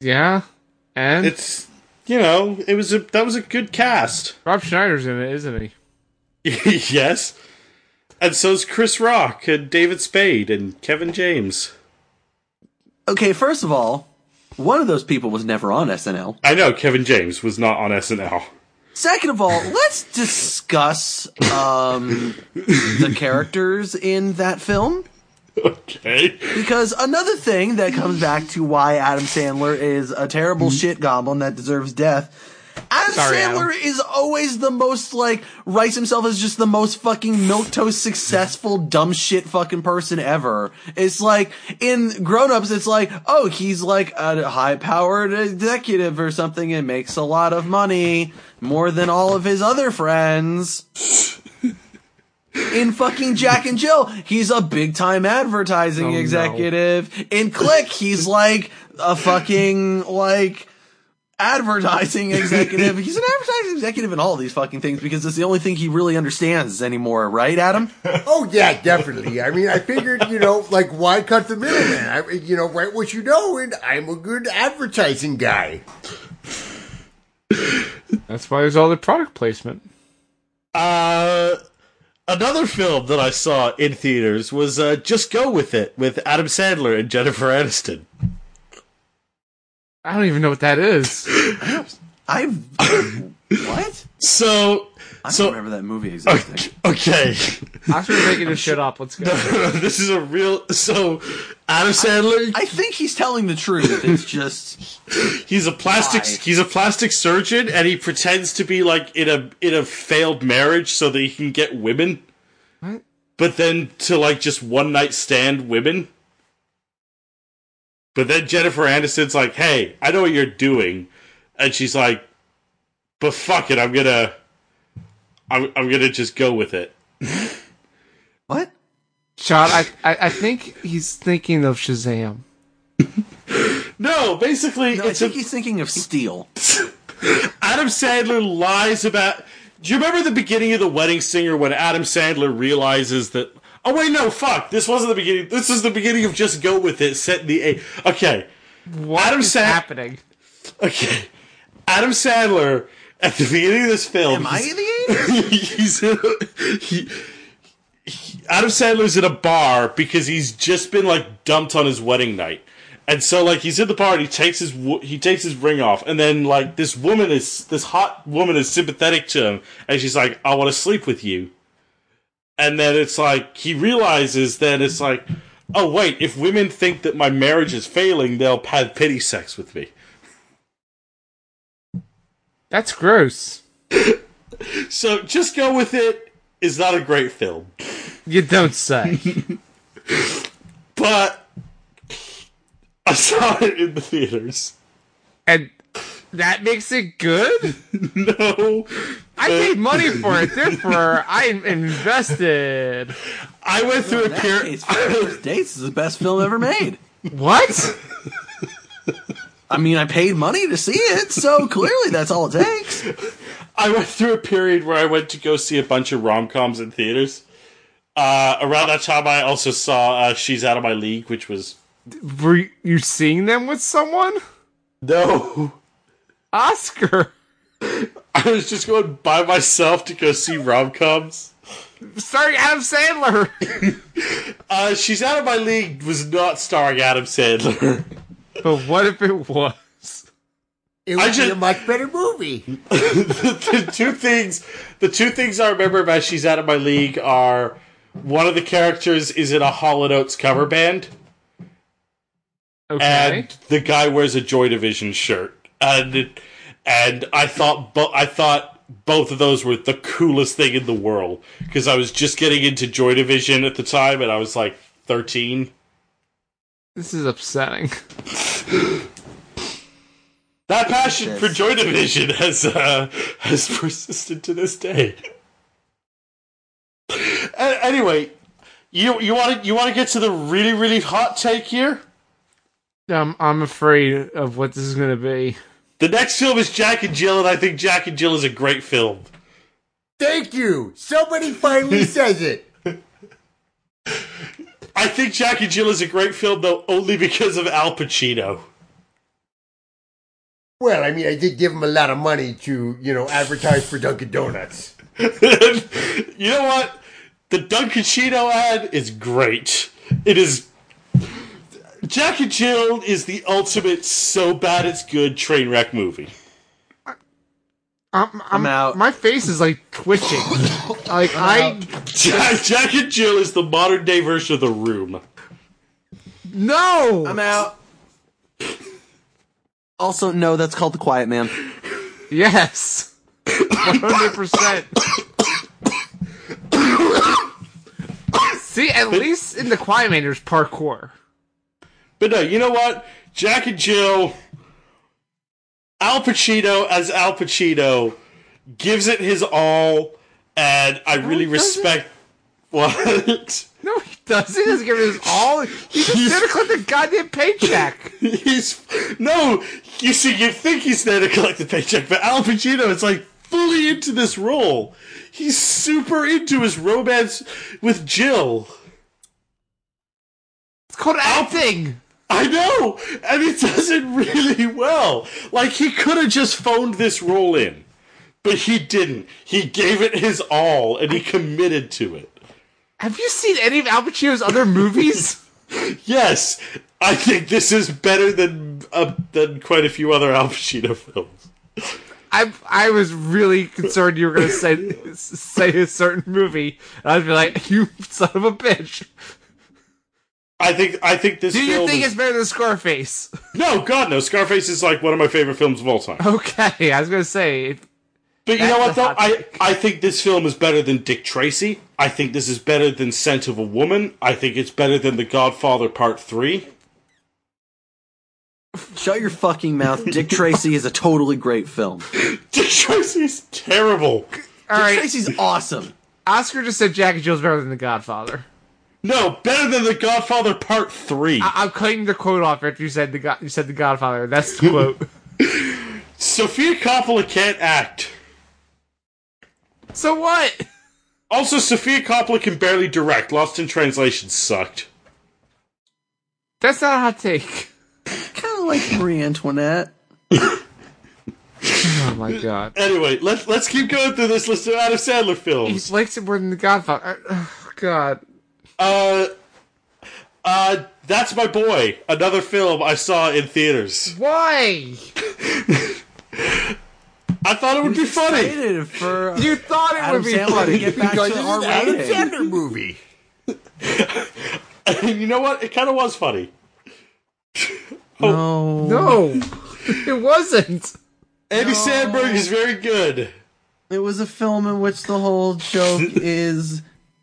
Speaker 2: Yeah. And
Speaker 3: It's you know, it was a that was a good cast.
Speaker 2: Rob Schneider's in it, isn't he?
Speaker 3: yes, and so's Chris Rock and David Spade and Kevin James.
Speaker 4: Okay, first of all, one of those people was never on SNL.
Speaker 3: I know Kevin James was not on SNL.
Speaker 4: Second of all, let's discuss um, the characters in that film.
Speaker 3: Okay.
Speaker 4: Because another thing that comes back to why Adam Sandler is a terrible shit goblin that deserves death. Adam
Speaker 2: Sorry,
Speaker 4: Sandler is always the most like writes himself as just the most fucking milquetoast successful dumb shit fucking person ever. It's like in Grown Ups, it's like oh he's like a high powered executive or something and makes a lot of money more than all of his other friends. in fucking Jack and Jill, he's a big time
Speaker 3: Oh,
Speaker 4: advertising executive. In Click, he's like a fucking like advertising executive. he's an advertising executive in all these fucking things because it's the only thing he really understands anymore, right, Adam?
Speaker 5: Oh yeah, definitely. I mean, I figured, you know, like why cut the middleman? I, you know, write what you know, and I'm a good advertising guy.
Speaker 2: That's why there's all the product placement.
Speaker 3: Uh, another film that I saw in theaters was uh, Just Go With It with Adam Sandler and Jennifer Aniston.
Speaker 2: I don't even know what that is.
Speaker 4: I've what?
Speaker 3: So,
Speaker 4: I
Speaker 3: so
Speaker 4: don't remember that movie existing.
Speaker 3: okay,
Speaker 2: Oscar's making this shit up. Let's go.
Speaker 3: this is a real. So, Adam Sandler,
Speaker 4: I think he's telling the truth. It's just
Speaker 3: he's a plastic
Speaker 4: Why?
Speaker 3: he's a plastic surgeon, and he pretends to be like in a in a failed marriage so that he can get women.
Speaker 2: What?
Speaker 3: But then to like just one night stand women. But then Jennifer Aniston's like, "Hey, I know what you're doing," and she's like, "But fuck it, I'm gonna, I'm, I'm gonna just go with it."
Speaker 4: what?
Speaker 2: Sean, I, I, I think he's thinking of Shazam.
Speaker 3: No, basically,
Speaker 4: No, I
Speaker 3: it's
Speaker 4: think
Speaker 3: a,
Speaker 4: he's thinking of Steel.
Speaker 3: Adam Sandler lies about. Do you remember the beginning of The Wedding Singer when Adam Sandler realizes that? Oh wait, no, fuck. This wasn't the beginning. This is the beginning of Just Go with It. Set in the A. Okay,
Speaker 2: What
Speaker 3: Adam
Speaker 2: is
Speaker 3: Sand-
Speaker 2: happening?
Speaker 3: okay. Adam Sandler at the beginning of this film.
Speaker 4: Am I
Speaker 3: he's-
Speaker 4: the eight?
Speaker 3: he's in a, he, he- Adam Sandler's in a bar because he's just been like dumped on his wedding night, and so like he's in the bar and he takes his wo- he takes his ring off, and then like this woman is this hot woman is sympathetic to him, and she's like, "I want to sleep with you," and then it's like he realizes then it's like, "Oh wait, if women think that my marriage is failing, they'll have pity sex with me."
Speaker 2: That's gross.
Speaker 3: So just go with it. Is not a great film.
Speaker 2: You don't say.
Speaker 3: but I saw it in the theaters.
Speaker 2: and that makes it good?
Speaker 3: No,
Speaker 2: I paid money for it, therefore I invested.
Speaker 3: I went through a
Speaker 4: That
Speaker 3: period.
Speaker 4: case, First Dates is the best film ever made.
Speaker 2: What?
Speaker 4: I mean, I paid money to see it, so clearly that's all it takes.
Speaker 3: I went through a period where I went to go see a bunch of rom coms in theaters. Uh, around that time, I also saw uh, "She's Out of My League," which was
Speaker 2: Were you- you seeing them with someone?
Speaker 3: no.
Speaker 2: Oscar,
Speaker 3: I was just going by myself to go see rom coms.
Speaker 2: starring Adam Sandler.
Speaker 3: Uh, "She's Out of My League" was not starring Adam Sandler.
Speaker 2: But what if it was?
Speaker 5: It would be
Speaker 3: just-
Speaker 5: a much better movie.
Speaker 3: the two things the two things I remember about She's Out of My League are one of the characters is in a Hollow Oates cover band
Speaker 2: Okay.
Speaker 3: and the guy wears a Joy Division shirt. And and I thought bo- I thought both of those were the coolest thing in the world because I was just getting into Joy Division at the time and I was like 13.
Speaker 2: this is upsetting.
Speaker 3: That passion for Joy Division has uh, has persisted to this day. A- anyway, you you want to you want to get to the really really hot take here.
Speaker 2: Um, I'm afraid of what this is going to be.
Speaker 3: The next film is Jack and Jill, and I think Jack and Jill is a great film.
Speaker 5: Thank you. Somebody finally says it.
Speaker 3: I think Jack and Jill is a great film though only because of Al Pacino.
Speaker 5: Well, I mean, I did give him a lot of money to, you know, advertise for Dunkin' Donuts.
Speaker 3: you know what? The Dunkin' Cheeto ad is great. It is. Jack and Jill is the ultimate so bad it's good train wreck movie.
Speaker 2: I'm, I'm,
Speaker 4: out.
Speaker 2: My face is like twitching. like I
Speaker 3: Jack, Jack and Jill is the modern day version of The Room.
Speaker 2: no.
Speaker 4: I'm out. Also, no, that's called The Quiet Man.
Speaker 2: Yes. 100%. See, at least in the Quiet Man, there's parkour.
Speaker 3: But no, you know what? Jack and Jill, Al Pacino as Al Pacino gives it his all, and I really
Speaker 2: does it?
Speaker 3: respect. What?
Speaker 2: No, he doesn't. He doesn't give us all. He's just there to collect a goddamn paycheck.
Speaker 3: He's no. You see, you think he's there to collect the paycheck, but Al Pacino is like fully into this role. He's super into his romance with Jill.
Speaker 2: It's called acting.
Speaker 3: I know, and he does it really well. Like he could have just phoned this role in, but he didn't. He gave it his all, and he committed to it.
Speaker 2: Have you seen any of Al Pacino's other movies?
Speaker 3: Yes, I think this is better than uh, than quite a few other Al Pacino films.
Speaker 2: I I was really concerned you were going to say say a certain movie, and I'd be like, "You son of a bitch!
Speaker 3: I think I think this.
Speaker 2: Do you
Speaker 3: film
Speaker 2: think
Speaker 3: is-
Speaker 2: it's better than Scarface?"
Speaker 3: no? God no! Scarface is like one of my favorite films of all time.
Speaker 2: Okay, I was going to say if-
Speaker 3: But you know
Speaker 2: Oh, That's
Speaker 3: what though?
Speaker 2: a hot
Speaker 3: I,
Speaker 2: take.
Speaker 3: I think this film is better than Dick Tracy. I think this is better than Scent of a Woman. I think it's better than The Godfather Part Three.
Speaker 4: Shut your fucking mouth. Dick Tracy is a totally great film.
Speaker 3: Dick Tracy is terrible.
Speaker 2: all
Speaker 4: Dick
Speaker 2: right.
Speaker 4: Tracy's awesome.
Speaker 2: Oscar just said Jack and Jill's better than The Godfather.
Speaker 3: No, better than The Godfather Part Three.
Speaker 2: I- I'm cutting the quote off after you said the God- you said The Godfather. That's the quote.
Speaker 3: Sophia Coppola can't act.
Speaker 2: so what?
Speaker 3: Also, Sophia Coppola can barely direct. Lost in Translation sucked.
Speaker 2: That's not a hot take.
Speaker 4: Kind of like Marie Antoinette.
Speaker 2: Oh my god.
Speaker 3: Anyway, let's let's keep going through this list of Adam Sandler
Speaker 2: He
Speaker 3: films.
Speaker 2: likes it more than The Godfather. Oh, god.
Speaker 3: Uh, uh, that's my boy. Another film I saw in theaters.
Speaker 2: Why?
Speaker 3: I thought it would be funny.
Speaker 4: Rated for
Speaker 2: You thought it
Speaker 4: Adam
Speaker 2: would be
Speaker 4: Sandler to
Speaker 2: funny.
Speaker 4: get back
Speaker 5: Because
Speaker 4: to
Speaker 5: it's
Speaker 4: R
Speaker 5: an Adam
Speaker 4: rating.
Speaker 5: Sandler movie.
Speaker 3: And you know what? It kind of was funny.
Speaker 4: No.
Speaker 2: No. It wasn't.
Speaker 3: Andy Sandberg is very good.
Speaker 4: It was a film in which the whole joke is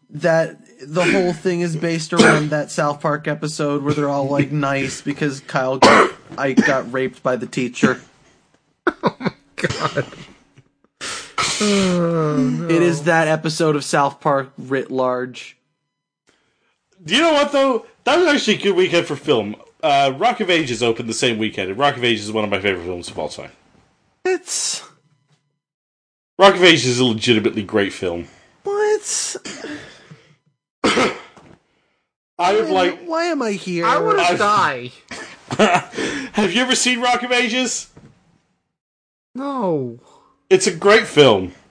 Speaker 4: that the whole thing is based around that South Park episode where they're all like nice because Kyle got, Ike got raped by the teacher. Oh my god. It is that episode of South Park writ large.
Speaker 3: Do you know what though? That was actually a good weekend for film. Uh, Rock of Ages opened the same weekend, and Rock of Ages is one of my favorite films of all time.
Speaker 4: It's
Speaker 3: Rock of Ages is a legitimately great film.
Speaker 4: what?
Speaker 3: I would like.
Speaker 4: why am I here?
Speaker 2: I want
Speaker 3: I-
Speaker 2: to die.
Speaker 3: Have you ever seen Rock of Ages?
Speaker 2: No.
Speaker 3: It's a great film.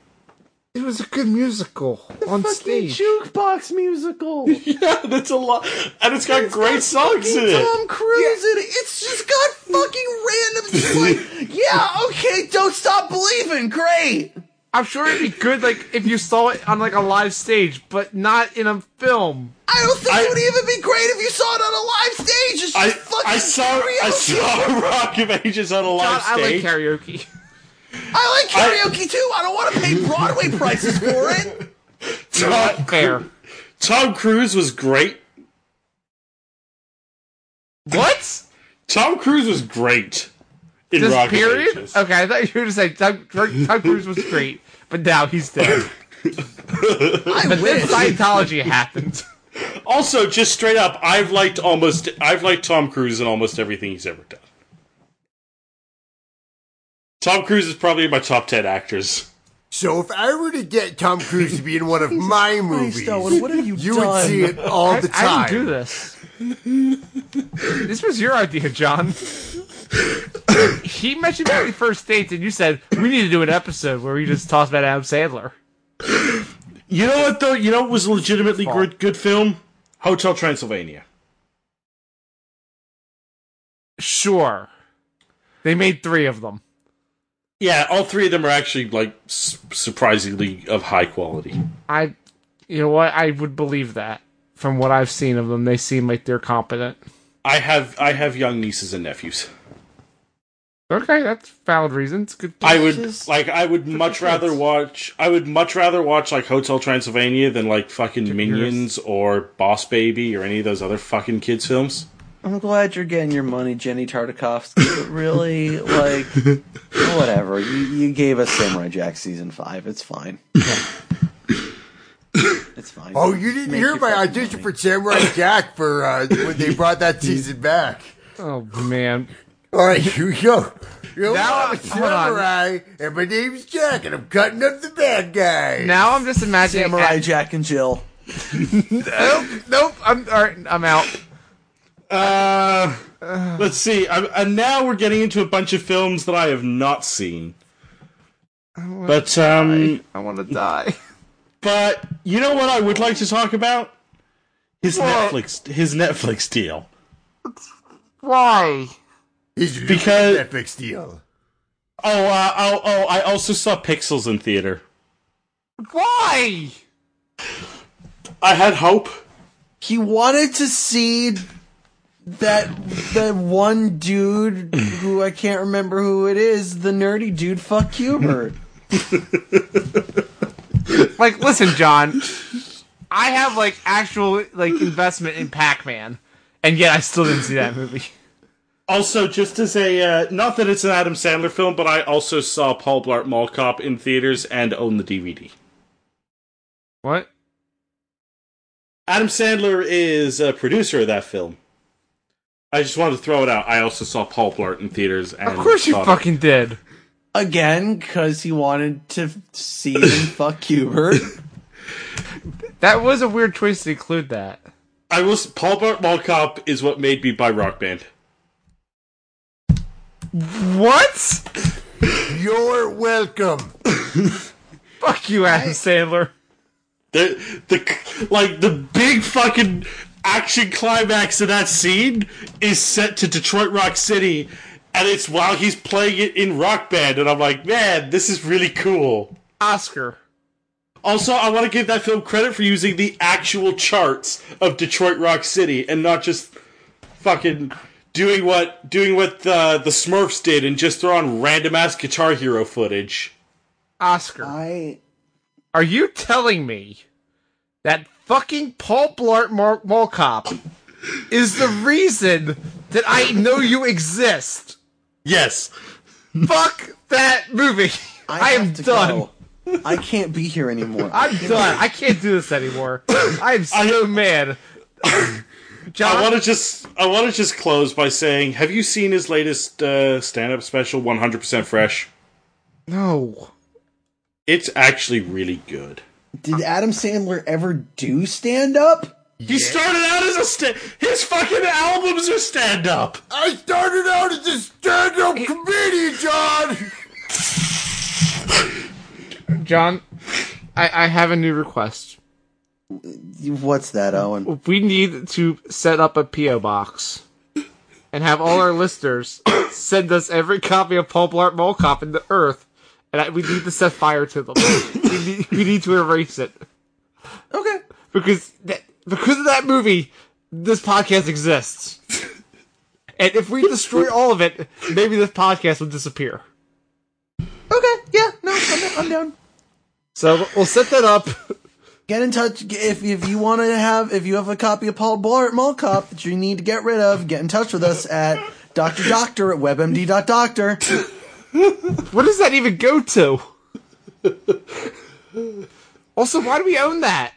Speaker 2: It was a good musical on
Speaker 4: fucking
Speaker 2: stage.
Speaker 4: jukebox musical.
Speaker 3: Yeah, that's a lot, and it's got great songs in it.
Speaker 4: Tom Cruise in it. It's just got fucking random. Like, yeah, okay, don't stop believing. Great.
Speaker 2: I'm sure it'd be good, like if you saw it on like a live stage, but not in a film.
Speaker 4: I don't think
Speaker 3: I-
Speaker 4: it would even be great if you saw it on a live stage. It's just
Speaker 3: I,
Speaker 4: fucking
Speaker 3: I saw
Speaker 4: karaoke.
Speaker 3: I saw Rock of Ages on a
Speaker 2: God,
Speaker 3: live
Speaker 2: I like
Speaker 3: stage.
Speaker 2: karaoke.
Speaker 4: I like
Speaker 3: I-
Speaker 4: karaoke too. I don't want to pay Broadway prices for it.
Speaker 3: Tom,
Speaker 2: Fair.
Speaker 3: Tom Cruise was great.
Speaker 2: What?
Speaker 3: Tom Cruise was great in
Speaker 2: This
Speaker 3: Rock
Speaker 2: period? Oh,
Speaker 3: of Ages.
Speaker 2: Okay, I thought you were going to say Tom, Tom Cruise was great, but now he's dead.
Speaker 4: I
Speaker 2: But then
Speaker 4: wish.
Speaker 2: Scientology happened.
Speaker 3: Also, just straight up, I've liked almost I've liked Tom Cruise in almost everything he's ever done. Tom Cruise is probably in my top ten actors.
Speaker 5: So if I were to get Tom Cruise to be in one of my movies,
Speaker 4: Owen, what have you
Speaker 5: you would
Speaker 4: done?
Speaker 5: see it all the time.
Speaker 2: I didn't do this. this was your idea, John. he mentioned Merry First Dates, and you said we need to do an episode where we just toss about Adam Sandler.
Speaker 3: You know what though? You know what was a legitimately good good film? Hotel Transylvania.
Speaker 2: Sure, they made three of them.
Speaker 3: Yeah, all three of them are actually like s- surprisingly of high quality.
Speaker 2: I, you know what? I would believe that from what I've seen of them. They seem like they're competent.
Speaker 3: I have I have young nieces and nephews.
Speaker 2: Okay, that's valid reasons. Good.
Speaker 3: I would like I would much rather watch I would much rather watch like Hotel Transylvania than like fucking Minions or Boss Baby or any of those other fucking kids films.
Speaker 4: I'm glad you're getting your money, Jenny Tartakovsky. But really, like, whatever. You, you gave us Samurai Jack season five. It's fine. It's It's fine.
Speaker 5: Oh, you didn't
Speaker 4: Make
Speaker 5: hear
Speaker 4: your
Speaker 5: my
Speaker 4: fucking
Speaker 5: audition
Speaker 4: money.
Speaker 5: for Samurai Jack for uh, when they brought that season back.
Speaker 2: Oh man.
Speaker 5: All right, here we go. You know,
Speaker 2: Now-
Speaker 5: I'm a
Speaker 2: hold on.
Speaker 5: samurai, and my name's Jack, and I'm cutting up the bad guy.
Speaker 2: Now I'm just imagining.
Speaker 4: Samurai Jack and Jill.
Speaker 2: Nope. Nope. I'm. All right, I'm out.
Speaker 3: Uh, let's see. I, and now we're getting into a bunch of films that I have not seen. Oh, But um,
Speaker 2: I want to die.
Speaker 3: but you know what I would like to talk about his
Speaker 2: What?
Speaker 3: Netflix his Netflix deal.
Speaker 2: Why?
Speaker 5: He's a
Speaker 3: Because-
Speaker 5: epic steal.
Speaker 3: Oh, uh, oh, oh! I also saw Pixels in theater.
Speaker 2: Why?
Speaker 3: I had hope.
Speaker 4: He wanted to see that that one dude who I can't remember who it is, the nerdy dude. Fuck Hubert.
Speaker 2: Like, listen, John. I have like actual like investment in Pac-Man, and yet I still didn't see that movie.
Speaker 3: Also, just as a uh, not that it's an Adam Sandler film, but I also saw Paul Blart Mall Cop in theaters and own the DVD.
Speaker 2: What?
Speaker 3: Adam Sandler is a producer of that film. I just wanted to throw it out. I also saw Paul Blart in theaters. And
Speaker 2: Of course you
Speaker 3: thought-
Speaker 2: fucking did.
Speaker 4: Again, because he wanted to see him fuck Hubert.
Speaker 2: That was a weird choice to include that.
Speaker 3: I was Paul Blart Mall Cop is what made me buy Rock Band.
Speaker 2: What?
Speaker 5: You're welcome.
Speaker 2: Fuck you, Adam Sandler.
Speaker 3: The the like the big fucking action climax of that scene is set to Detroit Rock City, and it's while he's playing it in Rock Band, and I'm like, man, this is really cool.
Speaker 2: Oscar.
Speaker 3: Also, I want to give that film credit for using the actual charts of Detroit Rock City and not just fucking doing what doing what the the Smurfs did and just throw on random ass Guitar Hero footage.
Speaker 2: Oscar.
Speaker 4: I
Speaker 2: Are you telling me that fucking Paul Blart Mar- Mall Cop is the reason that I know you exist?
Speaker 3: Yes,
Speaker 2: Fuck that movie. I, am
Speaker 4: have to
Speaker 2: done.
Speaker 4: go. I can't be here anymore.
Speaker 2: I'm done. I can't do this anymore. I'm so mad. John,
Speaker 3: I want to just I want to just close by saying, have you seen his latest uh, stand up special, 100 percent fresh?
Speaker 2: no.
Speaker 3: It's actually really good.
Speaker 4: Did Adam Sandler ever do stand up?
Speaker 3: He started out as a sta- his fucking albums are stand up.
Speaker 5: I started out as a stand-up comedian, John.
Speaker 2: John, I, I have a new request.
Speaker 4: What's that, Owen?
Speaker 2: We need to set up a P.O. box and have all our listeners send us every copy of Paul Blart Mall Cop in the earth, and I, we need to set fire to them. we, need, we need to erase it.
Speaker 4: Okay.
Speaker 2: because that, because of that movie, this podcast exists. and if we destroy all of it, maybe this podcast will disappear.
Speaker 4: Okay. Yeah. No, I'm, down- I'm down.
Speaker 2: So we'll set that up.
Speaker 4: Get in touch g- if if you want to have if you have a copy of Paul Blart Mall Cop that you need to get rid of. Get in touch with us at Doctor Doctor at WebMD.Doctor.
Speaker 2: What does that even go to? Also, why do we own that?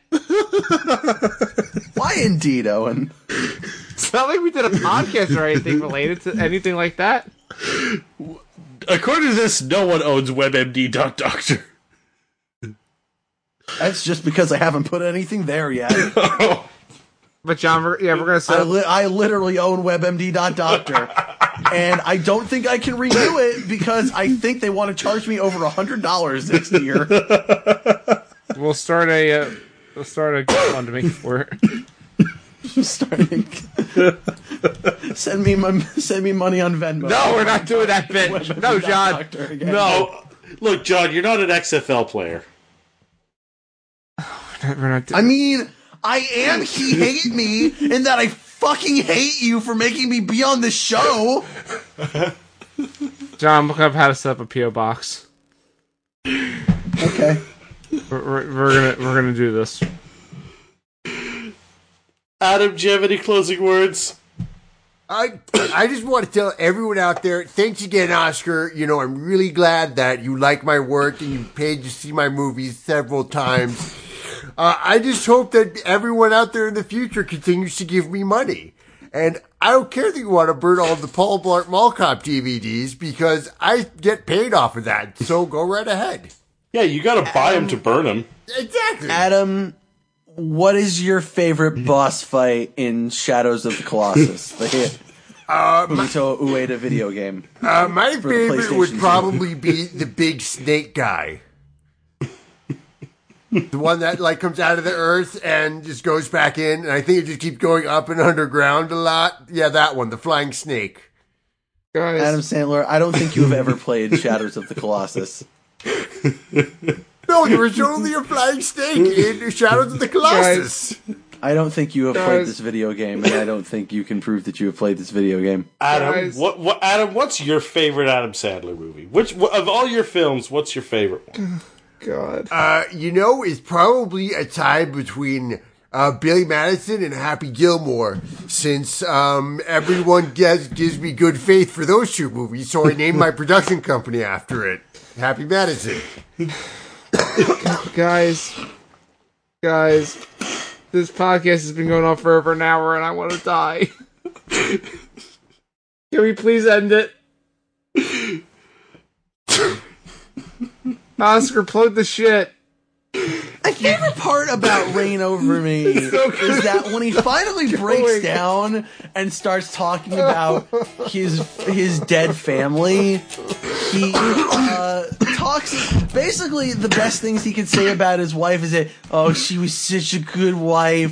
Speaker 4: Why indeed, Owen?
Speaker 2: It's not like we did a podcast or anything related to anything like that.
Speaker 3: According to this, no one owns WebMD. Doctor.
Speaker 4: That's just because I haven't put anything there yet.
Speaker 2: But John, we're, yeah, we're gonna set
Speaker 4: I,
Speaker 2: up.
Speaker 4: li- I literally own WebMD.Doctor. And I don't think I can renew it because I think they want to charge me over $100 next year.
Speaker 2: we'll start a. Uh, we'll start a GoFundMe for it.
Speaker 4: starting. send me my, send me money on Venmo.
Speaker 2: No, we're not doing that, bitch. No, John.
Speaker 4: Doctor again.
Speaker 2: No,
Speaker 3: Oh, look, John, you're not an XFL player.
Speaker 2: we're not.
Speaker 4: I mean, I am. He hate me in that I fucking hate you for making me be on the show.
Speaker 2: John, look up how to set up a PO box.
Speaker 4: Okay.
Speaker 2: We're, we're, we're gonna we're gonna do this.
Speaker 3: Adam, do you have any closing words?
Speaker 5: I I just want to tell everyone out there, thanks again, Oscar. You know, I'm really glad that you like my work and you paid to see my movies several times. Uh, I just hope that everyone out there in the future continues to give me money. And I don't care that you want to burn all the Paul Blart Mall Cop DVDs because I get paid off of that. So go right ahead.
Speaker 3: Yeah, you got to buy him to burn him.
Speaker 5: Exactly.
Speaker 6: Adam, what is your favorite boss fight in Shadows of the Colossus, the hit Muto Ueda video game?
Speaker 5: Uh, my favorite
Speaker 6: PlayStation
Speaker 5: would
Speaker 6: two.
Speaker 5: probably be the big snake guy. the one that like comes out of the earth and just goes back in, and I think it just keeps going up and underground a lot. Yeah, that one, the flying snake.
Speaker 2: Guys,
Speaker 6: Adam Sandler, I don't think you have ever played Shadows of the Colossus.
Speaker 5: No, there was only a flying snake in Shadows of the Colossus.
Speaker 6: I don't think you have played
Speaker 2: Guys.
Speaker 6: this video game, and I don't think you can prove that you have played this video game.
Speaker 3: Adam,
Speaker 2: Guys.
Speaker 3: what, what? Adam, what's your favorite Adam Sandler movie? Which wh- of all your films, what's your favorite one?
Speaker 2: God.
Speaker 5: Uh, you know, it's probably a tie between uh, Billy Madison and Happy Gilmore, since um, everyone gives, gives me good faith for those two movies, so I named my production company after it. Happy Madison.
Speaker 2: guys, guys, this podcast has been going on for over an hour, and I want to die. Can we please end it? Oscar, plug the shit.
Speaker 6: My favorite part about Rain Over Me is that when he finally breaks down and starts talking about his his dead family, he uh, talks basically the best things he can say about his wife is that oh she was such a good wife,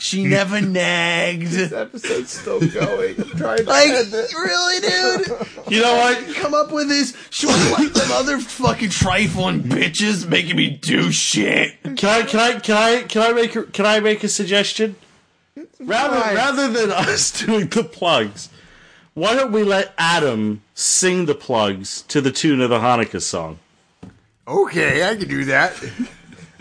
Speaker 6: she never nagged.
Speaker 2: Episode's still going. Trying to
Speaker 6: Like
Speaker 2: end it.
Speaker 6: really, dude?
Speaker 3: You know what?
Speaker 6: Come up with this? She was like the motherfucking trifling bitches making me do shit.
Speaker 3: Can I? Can I? Can I? Can I make? a- Can I make a suggestion? Rather,
Speaker 2: Why?
Speaker 3: rather than us doing the plugs, why don't we let Adam sing the plugs to the tune of the Hanukkah song?
Speaker 5: Okay, I can do that.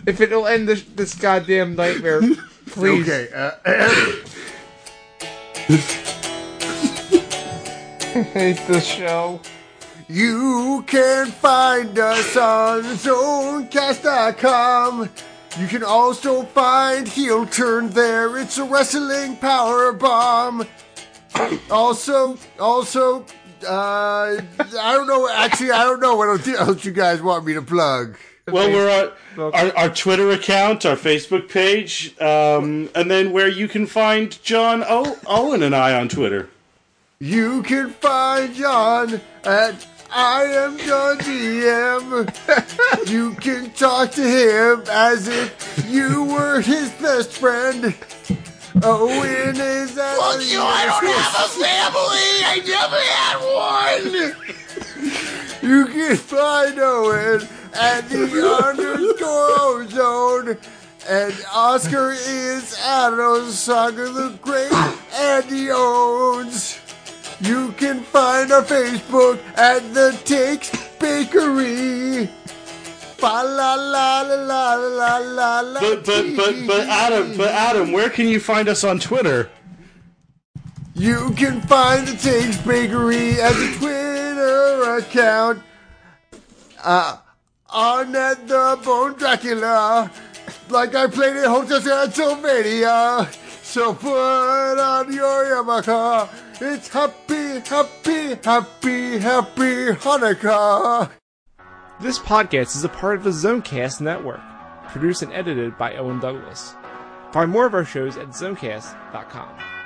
Speaker 2: If it'll end this, this goddamn nightmare, please.
Speaker 5: Okay. Uh,
Speaker 2: I hate this show.
Speaker 5: you can find us on zonecast.com. You can also find Heel Turn there. It's a wrestling power bomb. Also, also, uh, I don't know. Actually, I don't know what else you guys want me to plug.
Speaker 3: Well, we're on
Speaker 2: Facebook.
Speaker 3: our, our Twitter account, our Facebook page, um, and then where you can find John o- Owen and I on Twitter.
Speaker 5: You can find John at I am John DM. you can talk to him as if you were his best friend. Oh, Owen is at Fuck you, I don't have a family! I never had one! you can find Owen at the underscore ozone. And Oscar is at Osaka the Great and he owns. You can find our Facebook at The Takes Bakery. Fa la la la la la la la.
Speaker 3: But but but but Adam, but Adam, where can you find us on Twitter?
Speaker 5: You can find The Takes Bakery at the Twitter account. Uh, on at the Bone Dracula. Like I played in Hotel Transylvania. So put on your yarmulke. It's happy, happy, happy, happy Hanukkah.
Speaker 2: This podcast is a part of the Zonecast Network, produced and edited by Owen Douglas. Find more of our shows at zonecast.com.